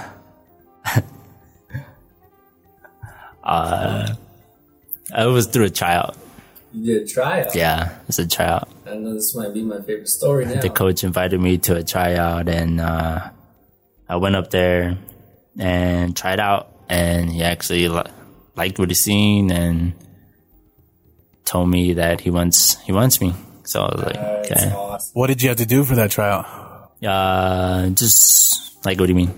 [LAUGHS] uh, it was through a tryout.
You did a tryout.
Yeah, it's a tryout.
I know this might be my favorite story now.
the coach invited me to a tryout and uh, I went up there and tried out and he actually li- liked what he seen and told me that he wants he wants me. So I was like,
That's
okay,
awesome.
What did you have to do for that tryout?
uh, just like what do you mean?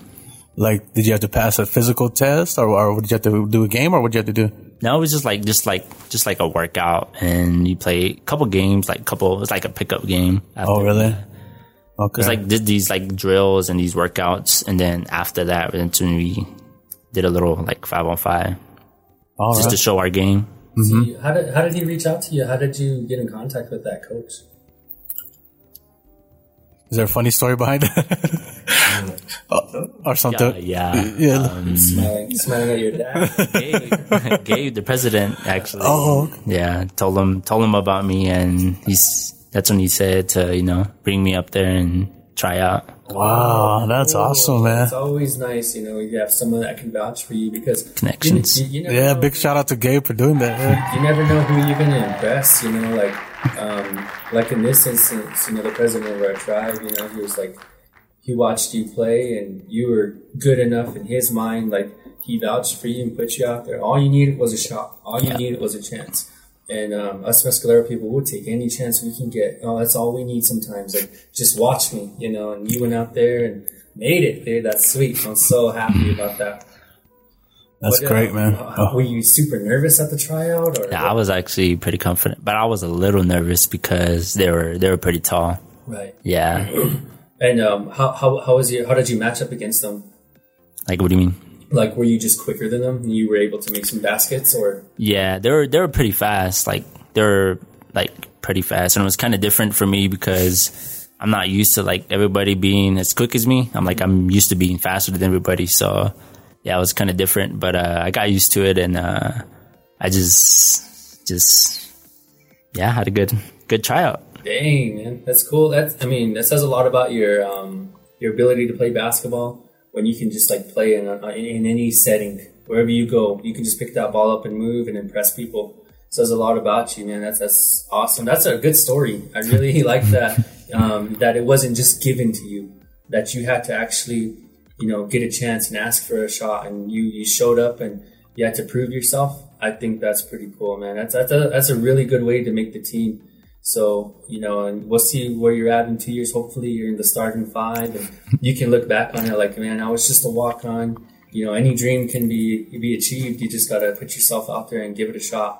Like, did you have to pass a physical test, or, or did you have to do a game, or what did you have to do?
No, it was just like just like just like a workout and you play a couple games, like couple. It was like a pickup game. After.
Oh, really? Okay.
It was like did these like drills and these workouts, and then after that, then soon we did a little like five on five.
All
just to
right.
show our game.
So you- how did how did he reach out to you? How did you get in contact with that coach?
Is there a funny story behind it, [LAUGHS] or, or something?
Uh, yeah.
Yeah.
[LAUGHS]
Smiling, smiling at your dad.
Gabe, [LAUGHS] Gabe, the president, actually.
Oh, okay.
Yeah, told him told him about me, and he's that's when he said to you know bring me up there and try out.
wow, that's awesome, man.
It's always nice, you know, you have someone that can vouch for you because
Connections.
You, you, you never
Yeah,
know-
big shout out to Gabe for doing that. yeah.
you never know who you're going to impress, you know, like, um, like in this instance, you know, the president of our tribe, you know, he was like, he watched you play and you were good enough in his mind, like, he vouched for you and put you out there. All you needed was a shot. All you needed was a chance. And um, us Mescalero people will take any chance we can get. Oh, that's all we need sometimes. Like, just watch me, you know. And you went out there and made it, dude. That's sweet. I'm so happy about that.
That's
But, uh,
great, man.
uh,
Oh,
Were you super nervous at the tryout? Or
Yeah, I was actually pretty confident, but I was a little nervous because they were they were pretty tall.
Right.
Yeah,
And um, how, how, how was your how did you match up against them?
like what do you mean?
Like, were you just quicker than them, and you were able to make some baskets, or
Yeah, they were they were pretty fast. Like they were like pretty fast, and it was kind of different for me because I'm not used to like everybody being as quick as me. I'm like I'm used to being faster than everybody, so yeah, it was kind of different. But uh, I got used to it, and uh, I just just yeah had a good good tryout.
dang man, that's cool. That's I mean, that says a lot about your um, your ability to play basketball when you can just like play in a, in any setting wherever you go, you can just pick that ball up and move and impress people. Says a lot about you, man. That's that's awesome. That's a good story. I really [LAUGHS] like that um, that it wasn't just given to you. that you had to actually, you know, get a chance and ask for a shot, and you you showed up and you had to prove yourself. I think that's pretty cool, man. That's that's a that's a really good way to make the team. So you know, and we'll see where you're at in two years. Hopefully, you're in the starting five, and you can look back on it like, man, I was just a walk on. You know, any dream can be be achieved. You just gotta put yourself out there and give it a shot.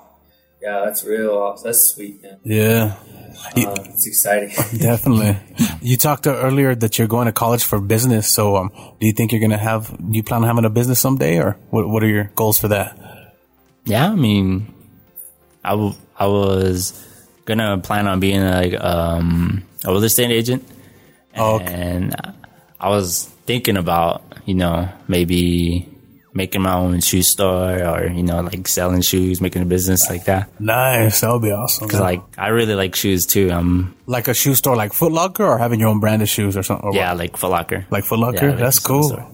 Yeah, that's real. aw- That's sweet, man.
yeah,
Uh, it's exciting. [LAUGHS]
definitely. [LAUGHS] You talked earlier that you're going to college for business. So, um, do you think you're going to have, do you plan on having a business someday or what, what are your goals for that?
Yeah, I mean, I, w- I was gonna plan on being like um, a real estate agent,
Oh, okay.
and I was thinking about you know maybe making my own shoe store or you know like selling shoes, making a business like that.
Nice. That would be awesome.
'Cause, like I really like shoes too. Um,
Like a shoe store like Foot Locker or having your own brand of shoes or something? Or
yeah, like Foot Locker.
Like Foot Locker?
Yeah, like
that's
a shoe
cool.
store.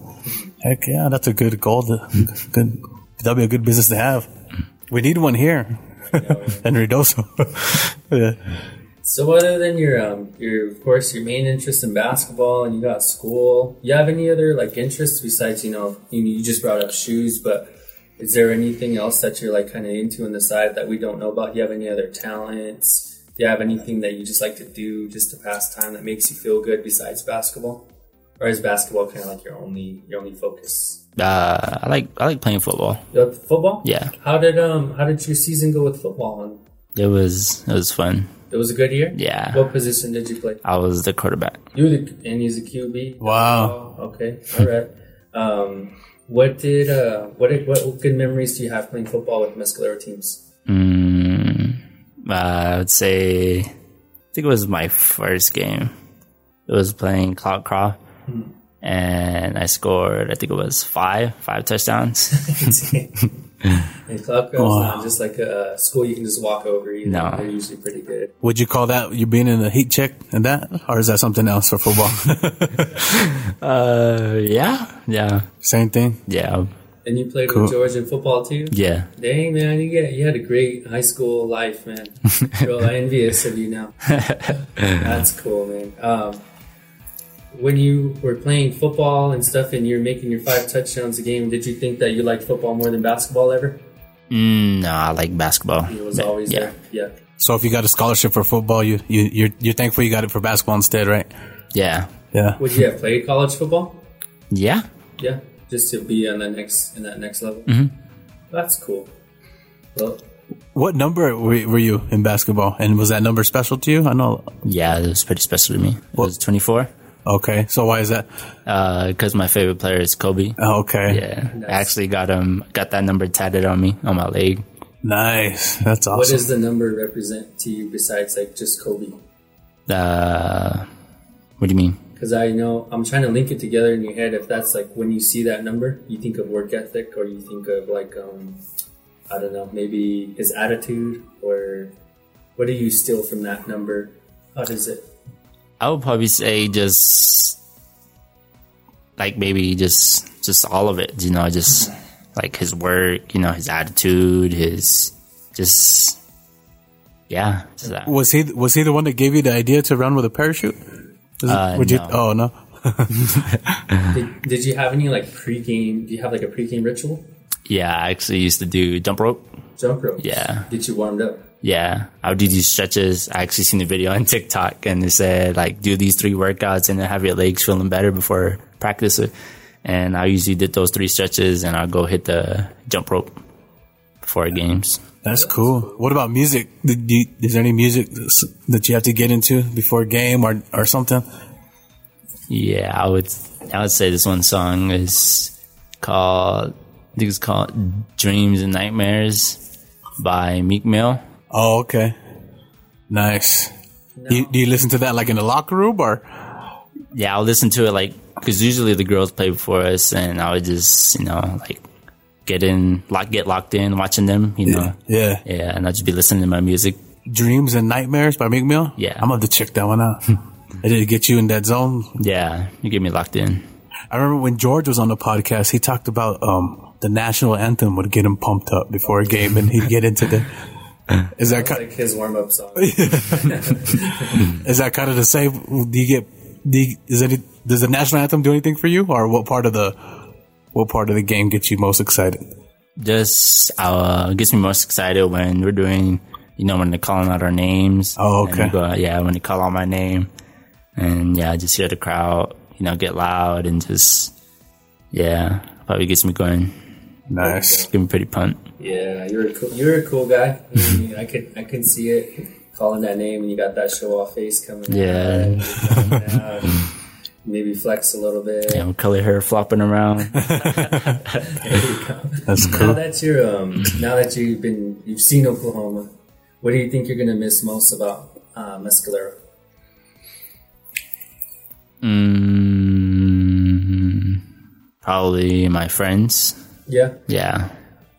Heck yeah. That's a good goal. To, good. That'd be a good business to have. We need one here. [LAUGHS] in Redoso. [LAUGHS] yeah.
So other than your um your of course your main interest in basketball and you got school, you have any other like interests besides you know you, you just brought up shoes, but is there anything else that you're like kind of into on the side that we don't know about? Do you have any other talents? Do you have anything that you just like to do just to pass time that makes you feel good besides basketball? Or is basketball kind of like your only your only focus?
Uh, I like I like playing football.
You like football?
Yeah.
How did um how did your season go with football? And
It was it was fun.
it was a good year.
Yeah.
What position did you play?
I was the quarterback.
You the, and he's a QB.
Wow.
Oh, okay. All right. Um, what did uh, what did, what good memories do you have playing football with Mescalero teams?
Mm, uh, I would say, I think it was my first game. It was playing Cloud Craw,
Hmm.
and I scored. I think it was five, five
[LAUGHS]
touchdowns.
and club girls
Wow.
not just like a school you can just walk over. You
No.
they're usually pretty good.
Would you call that you being in a heat check and that? Or is that something else for football? [LAUGHS]
Oh,
uh, yeah, yeah,
Same thing.
yeah,
And you played
Cool.
with George in football too.
yeah.
Dang man, you get you had a great high school life, man. Real envious of you now. That's cool, man. Um, when you were playing football and stuff, and you're making your five touchdowns a game, did you think that you liked football more than basketball ever?
Mm, no, I like basketball.
It was
Ba-
always
yeah,
there. Yeah.
So if you got a scholarship for football, you, you, you're, you're thankful you got it for basketball instead, right?
yeah,
Yeah.
Would you have played college football?
yeah.
Yeah, just to be on the next in that next level.
Mm-hmm.
That's cool. Well,
What number were, were you in basketball? And was that number special to you? I know.
Yeah, it was pretty special to me. It was 24.
Okay. So why is that?
Because my favorite player is Kobe.
Oh, Okay.
Yeah, I actually got um got that number tatted on me on my leg.
Nice. That's
what
awesome.
does the number represent to you besides like just Kobe?
Uh, what do you mean?
Because I know I'm trying to link it together in your head. If that's like when you see that number, you think of work ethic, or you think of like um, I don't know, maybe his attitude, or what do you steal from that number? How does it?
I would probably say just like maybe just just all of it, you know, just like his work, you know, his attitude, his just yeah, just that.
was he was he the one that gave you the idea to run with a parachute? Is it-
Uh,
would you?
no.
Oh no.
Did, did you have any like pregame? Do you have like a pregame ritual?
yeah. I actually used to do jump rope.
Jump rope.
Yeah.
Get you warmed up.
Yeah, I would do these stretches. I actually seen the video on TikTok and it said like do these three workouts and then have your legs feeling better before practice. And I usually did those three stretches and I'll go hit the jump rope before games.
That's cool. What about music? Did you, is there any music that's- that you have to get into before a game or, or something?
Yeah, I would I would say this one song is called I think it's called Dreams and Nightmares by Meek Mill.
Oh, okay. Nice. Do, you, do you listen to that like in the locker room or?
yeah, I'll listen to it like because usually the girls play before us, and I would just you know like get in lock get locked in watching them, you know.
Yeah.
Yeah, and I'll just be listening to my music.
Dreams and Nightmares by Meek Mill?
Yeah.
I'm going to have to check that one out. It did get you in that zone.
Yeah, you get me locked in.
I remember when George was on the podcast, he talked about um, the national anthem would get him pumped up before a game and he'd get into the. Is that, ki-
Like his warm up song.
is that kind of the same? Do you get, do you, is any, does the national anthem do anything for you or what part of the, what part of the game gets you most excited?
Just uh, gets me most excited when we're doing you know when they're calling out our names.
Oh,
And
okay.
we go, yeah, when they call out my name, and yeah, I just hear the crowd you know get loud and just yeah probably gets me going.
Nice.
It's gonna be pretty pumped.
Yeah, you're a cool, you're a cool guy. I mean, I could I could see it. calling that name and you got that show off face coming.
Yeah.
out. Maybe flex a little bit.
Damn, color hair flopping
[LAUGHS]
around.
That's
Now
cool.
that you're um, now that you've been you've seen Oklahoma, what do you think you're gonna miss most about uh, Mescalero?
Mm, probably my friends.
Yeah.
Yeah.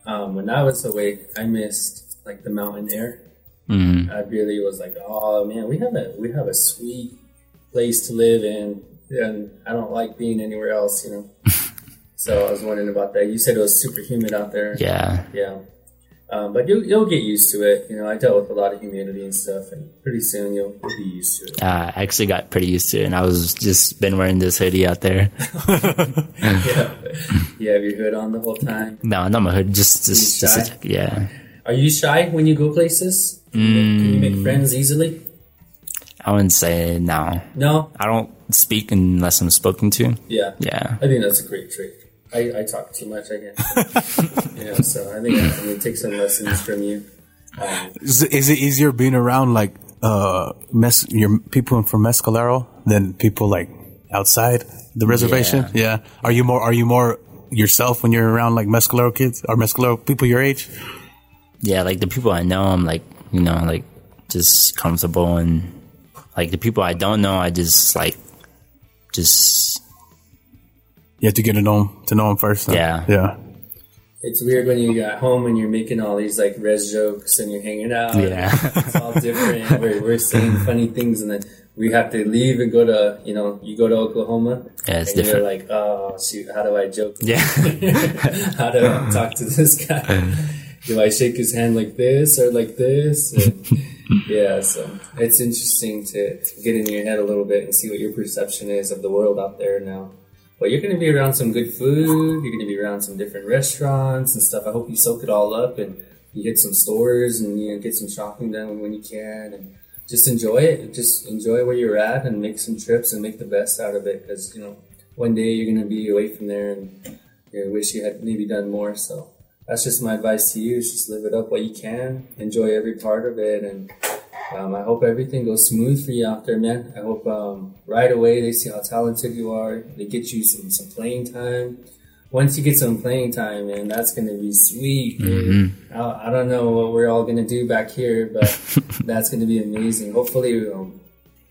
Um, when I was awake, I missed like the mountain air.
Mm,
I really was like, oh man, we have a we have a sweet place to live in, and I don't like being anywhere else, you know. so I was wondering about that. You said it was super humid out there.
yeah.
Yeah. Um, but you, you'll get used to it. You know, I dealt with a lot of humidity and stuff, and pretty soon you'll be used to it.
Uh, I actually got pretty used to it, and I was just been wearing this hoodie out there.
yeah. You have your hood on the whole time.
No, not my hood. Just, just,
You
just a-
shy?
yeah.
Are you shy when you go places? Can you make- can you make friends easily?
I wouldn't say no.
No?
I don't speak unless I'm spoken to.
Yeah.
Yeah.
I think that's a great trait. I, I talk too much, I guess.
[LAUGHS]
you know, so I think I can take some lessons from you. Um,
Is, is it easier being around like uh mes- your people from Mescalero than people like outside the reservation? Yeah. Are you more are you more yourself when you're around like Mescalero kids or Mescalero people your age?
Yeah. Like the people I know, I'm like, you know, like just comfortable, and like the people I don't know, I just like, just
You have to get to know 'em- to know them first. huh?
Yeah.
Yeah.
it's weird when you got home and you're making all these like res jokes and you're hanging out.
yeah.
It's all different. we're, we're saying funny things and then we have to leave and go to, you know, you go to Oklahoma.
Yeah, it's
and
different.
you're like, oh, shoot, how do I joke?
[LAUGHS] yeah.
[LAUGHS] how do I talk to this guy? Do I shake his hand like this or like this? And yeah, so it's interesting to, to get in your head a little bit and see what your perception is of the world out there now. But you're going to be around some good food. You're going to be around some different restaurants and stuff. I hope you soak it all up and you hit some stores and you know, get some shopping done when you can and just enjoy it. Just enjoy where you're at and make some trips and make the best out of it because you know one day you're going to be away from there and you wish you had maybe done more. So that's just my advice to you: is just live it up while you can, enjoy every part of it, and um, I hope everything goes smooth for you out there, man. I hope um, right away they see how talented you are. They get you some some playing time. Once you get some playing time, man, that's gonna be sweet. dude. I, I don't know what we're all gonna do back here, but that's gonna be amazing. Hopefully, um,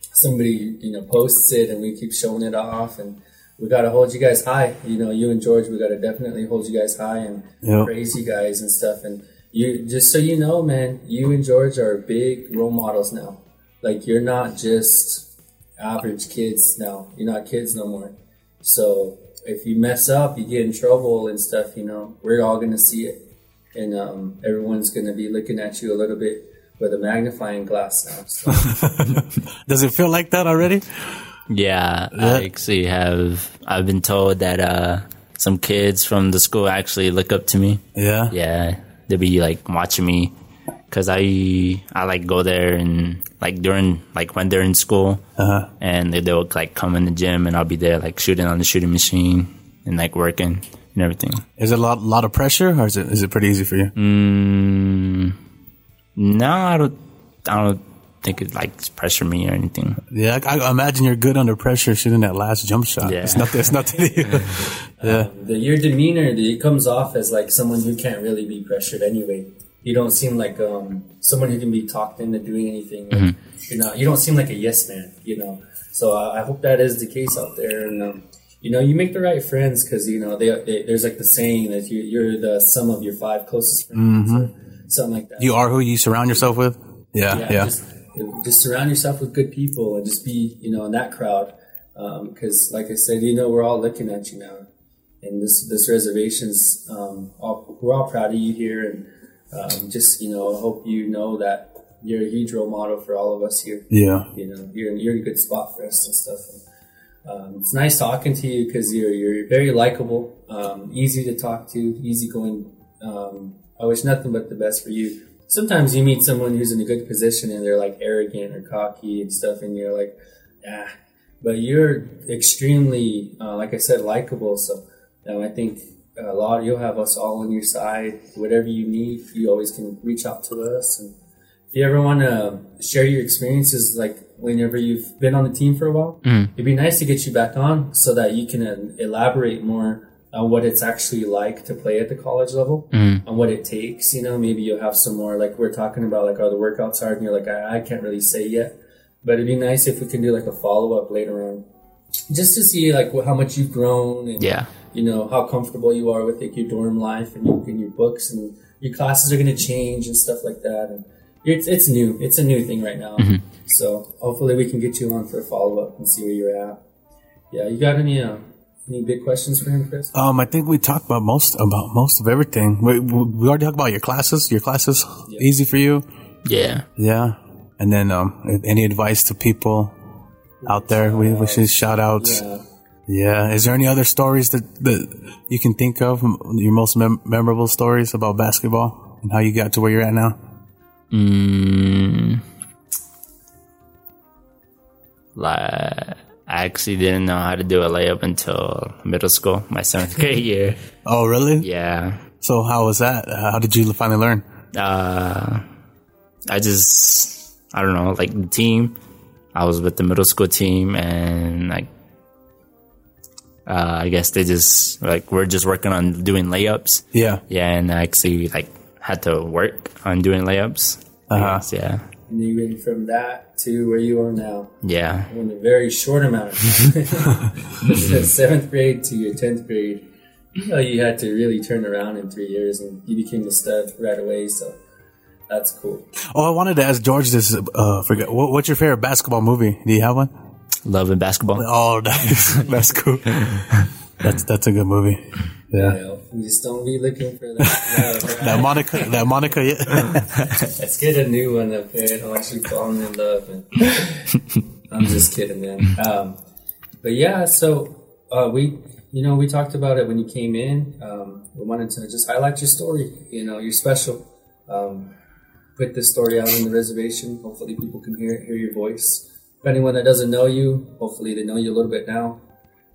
somebody you know posts it and we keep showing it off, and we gotta hold you guys high. You know, you and George, we gotta definitely hold you guys high and
Yep.
praise you guys and stuff. And you, just so you know, man, you and George are big role models now. Like you're not just average kids now. You're not kids no more. So if you mess up, you get in trouble and stuff. You know, we're all gonna see it, and um, everyone's gonna be looking at you a little bit with a magnifying glass now. So.
Does it feel like that already?
Yeah, I actually have. I've been told that uh, some kids from the school actually look up to me.
Yeah.
Yeah, they'll be like watching me because I I like go there and like during like when they're in school,
Uh-huh.
and they, they'll like come in the gym and I'll be there like shooting on the shooting machine and like working and everything.
Is it a lot lot of pressure or is it is it pretty easy for you?
No, I don't. I don't think it like pressure me or anything.
Yeah, I, I imagine you're good under pressure shooting that last jump shot.
Yeah.
It's nothing it's nothing to [LAUGHS] you.
the, your demeanor the- it comes off as like someone who can't really be pressured anyway you don't seem like um, someone who can be talked into doing anything like, you know you don't seem like a yes man you know so uh, I, I hope that is the case out there and um, you know you make the right friends because you know they, they, there's like the saying that you, you're the sum of your five closest friends or something like that
You are who you surround yourself with. Yeah. Yeah.
Just, just surround yourself with good people and just be, you know, in that crowd. Because, like I said, you know, we're all looking at you now, and this this reservation's um, all, we're all proud of you here, and um, just you know, I hope you know that you're a huge role model for all of us here.
yeah.
You know, you're you're in a good spot for us and stuff. And, um, it's nice talking to you because you're you're very likable, um, easy to talk to, easygoing. Um, I wish nothing but the best for you. Sometimes you meet someone who's in a good position and they're like arrogant or cocky and stuff, and you're like, ah. But you're extremely, uh, like I said, likable. So um, I think a lot you'll have us all on your side. Whatever you need, you always can reach out to us and you ever want to share your experiences, like whenever you've been on the team for a while, it'd be nice to get you back on so that you can uh, elaborate more on what it's actually like to play at the college level and what it takes. You know, maybe you'll have some more, like we're talking about, like, are the workouts hard? And you're like, I, I can't really say yet. But it'd be nice if we can do like a follow up later on just to see like wh- how much you've grown and
Yeah.
you know how comfortable you are with like your dorm life and your, and your books and your classes are going to change and stuff like that and it's, it's new it's a new thing right now so hopefully we can get you on for a follow-up and see where you're at yeah you got any uh, any big questions for him chris
Um, I think we talked about most about most of everything. We, we we already talked about your classes. Your classes easy for you,
Yeah.
yeah. And then um, if- any advice to people out there? We wishes shout outs.
yeah
Yeah. Is there any other stories that that you can think of? m- Your most mem- memorable stories about basketball and how you got to where you're at now?
Mm, like, I actually didn't know how to do a layup until middle school, my seventh [LAUGHS] grade year.
Oh, really?
Yeah.
So how was that? How did you finally learn?
uh, I just I don't know like the team. I was with the middle school team, and like uh, I guess they just like we're just working on doing layups.
Yeah.
Yeah, and I actually like had to work on doing layups. I
Uh-huh.
guess, yeah,
and you went from that to where you are now
yeah,
in a very short amount [LAUGHS] of time. This is seventh grade to your tenth grade. You know, you had to really turn around in three years, and you became the stud right away. So that's cool.
Oh, I wanted to ask George this. Uh, forget what, what's your favorite basketball movie? Do you have one?
love and basketball.
Oh, [LAUGHS] that's that's cool. That's that's a good movie.
You, know, you just don't be looking for that. love,
That
right?
Monica, that Monica, yeah.
Let's get a new one up there. I'm actually falling in love. And I'm just kidding, man. Um, but yeah, so uh, we, you know, we talked about it when you came in. Um, we wanted to just highlight your story. You know, you're special. Um, put this story out on the reservation. Hopefully, people can hear hear your voice. If anyone that doesn't know you, hopefully they know you a little bit now.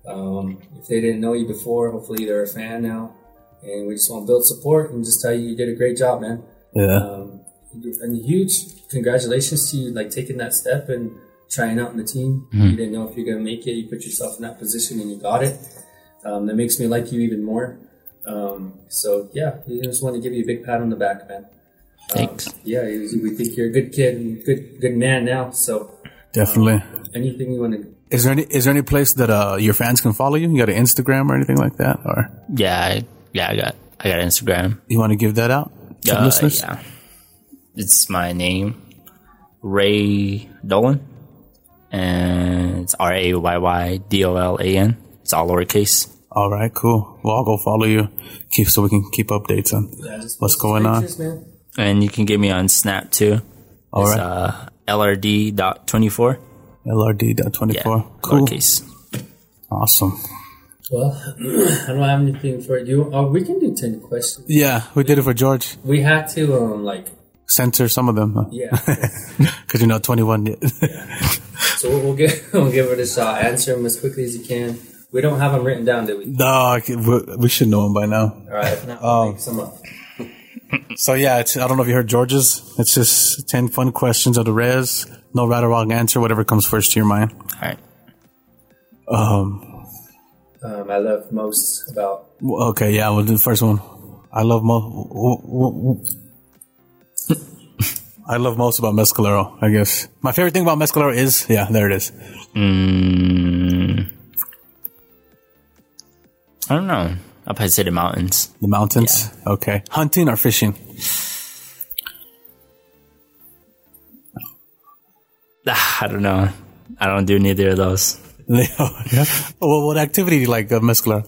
Um, if they didn't know you before, hopefully they're a fan now. And we just want to build support and just tell you you did a great job, man
[LAUGHS] yeah.
um, and huge congratulations to you like taking that step and trying out in the team
Mm-hmm.
you didn't know if you're gonna make it you put yourself in that position and you got it um, that makes me like you even more um, so yeah we just want to give you a big pat on the back man
Thanks.
yeah you- we think you're a good kid and good good man now so
Definitely.
anything you want to
Is there any is there any place that uh your fans can follow you? You got an Instagram or anything like that, or
Yeah, I, yeah, I got I got Instagram.
you want to give that out to
Uh,
listeners?
yeah, it's my name, Ray Dolan, and it's R A Y Y D O L A N. It's all lowercase.
All right, cool. Well, I'll go follow you, keep so we can keep updates on what's going on.
pictures, man.
And you can get me on Snap too.
All
It's
right,
uh, LRD dot twenty four.
LRD twenty
Yeah,
four. cool.
lowercase.
Awesome.
well [CLEARS THROAT] i don't have anything for you oh, we can do 10 questions
Yeah, we did it for George.
we had to um like
Censor some of them. huh?
yeah
[LAUGHS] Cause you're not 21 yet.
So we'll, we'll give [LAUGHS] we'll give it a shot. Answer them as quickly as you can. We don't have them written down, do we?
no, I can- we, we should know him by now.
All right, if not,
Um,
we'll make some up.
So yeah, it's, I don't know if you heard George's. It's just 10 fun questions of the res. No right or wrong answer. Whatever comes first to your mind.
All right.
Um,
Um, I love most about
w- okay. Yeah. We'll do the first one. I love mo- w- w- w- [LAUGHS] I love most about Mescalero, I guess. My favorite thing about Mescalero is, yeah, there it is.
Mm, I don't know. I'll probably say the mountains. [SIGHS]
The mountains. Okay. Hunting or fishing? [LAUGHS]
Ah, I don't know. I don't do neither of those.
yeah. Well, what activity do you like of Mescalero?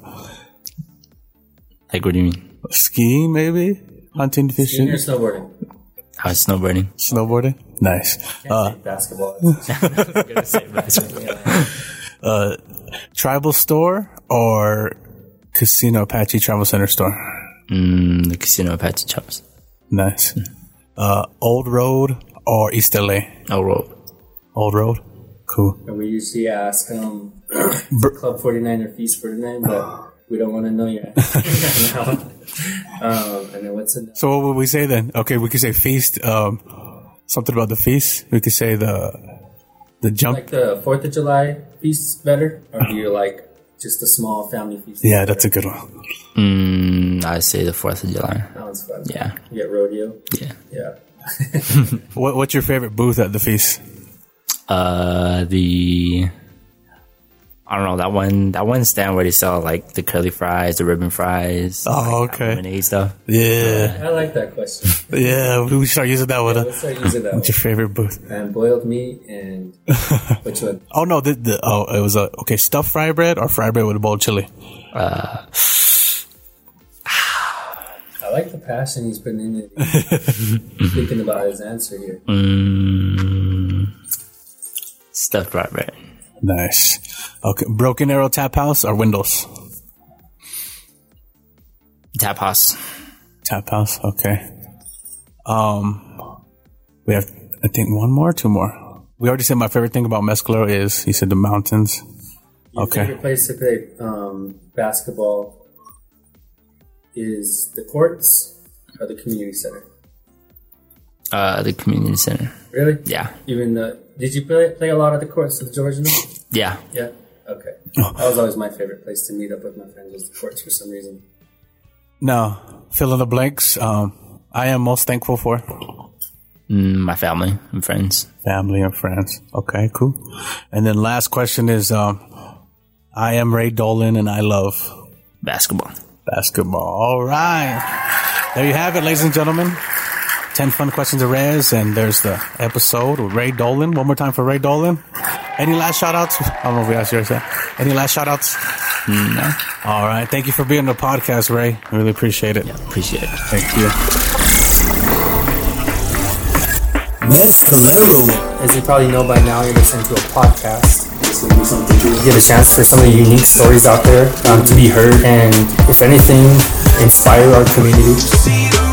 Like, what do you mean?
Skiing, maybe? Hunting, fishing,
junior snowboarding,
How snowboarding?
snowboarding? Nice. Uh,
basketball.
tribal store or Casino Apache Tribal Center store?
Mm, the casino Apache chops.
Nice. Uh, Old Road or East LA?
Oh, roll.
Old Road. Cool.
And we usually ask um, [COUGHS] Club Forty Nine or Feast Forty Nine, but we don't want to
[LAUGHS]
know your answer right now. [LAUGHS] Um, and then what's another?
So what would we say then? Okay, we could say feast. Um, Something about the feast. We could say the the jump.
Like the Fourth of July feasts better, or do you like just a small family feast?
yeah, that's a good one.
Mm, I say the 4th of July.
that one's fun.
Yeah.
you get rodeo.
Yeah.
Yeah,
What, what's your favorite booth at the feast?
Uh, the. I don't know that one. That one stand where they sell like the curly fries, the ribbon fries,
Oh,
like,
okay.
lemonade stuff.
Yeah,
I like that question.
yeah. We we start using that one. uh,
Let's start using that.
What's your favorite booth?
one. And boiled meat and which one?
Oh no, the, the oh it was a okay stuffed fry bread or fry bread with a bowl of chili.
I like the passion he's putting in it. Thinking about his answer here.
Stuff right, right.
Nice. Okay, Broken Arrow Tap House or Windows
Tap house.
Tap House. Okay. Um, we have I think one more, two more. We already said my favorite thing about Mescalero is you said the mountains. Okay.
Favorite place to play um, basketball is the courts or the community center.
Uh, the community center.
Really?
Yeah,
Even the did you play play a lot at the courts with Georgian?
yeah.
Yeah. Okay. That was always my favorite place to meet up with my friends was the courts for some reason.
Now fill in the blanks. Um, I am most thankful for
Mm, my family and friends.
family and friends. Okay, cool. And then last question is um, I am Ray Dolan and I love.
Basketball.
basketball. All right. There you have it, ladies and gentlemen. 10 fun questions of Rez, and there's the episode with Ray Dolan. One more time for Ray Dolan. Any last shout outs? [LAUGHS] I don't know if we asked yours. huh? Any last shout outs?
No,
All right. Thank you for being on the podcast, Ray. I really appreciate it.
appreciate it.
Thank you.
Mescalero. As you probably know by now, you're listening to a podcast. This will be something to give a chance for some of the unique stories out there um, to be heard and, if anything, inspire our community.
See the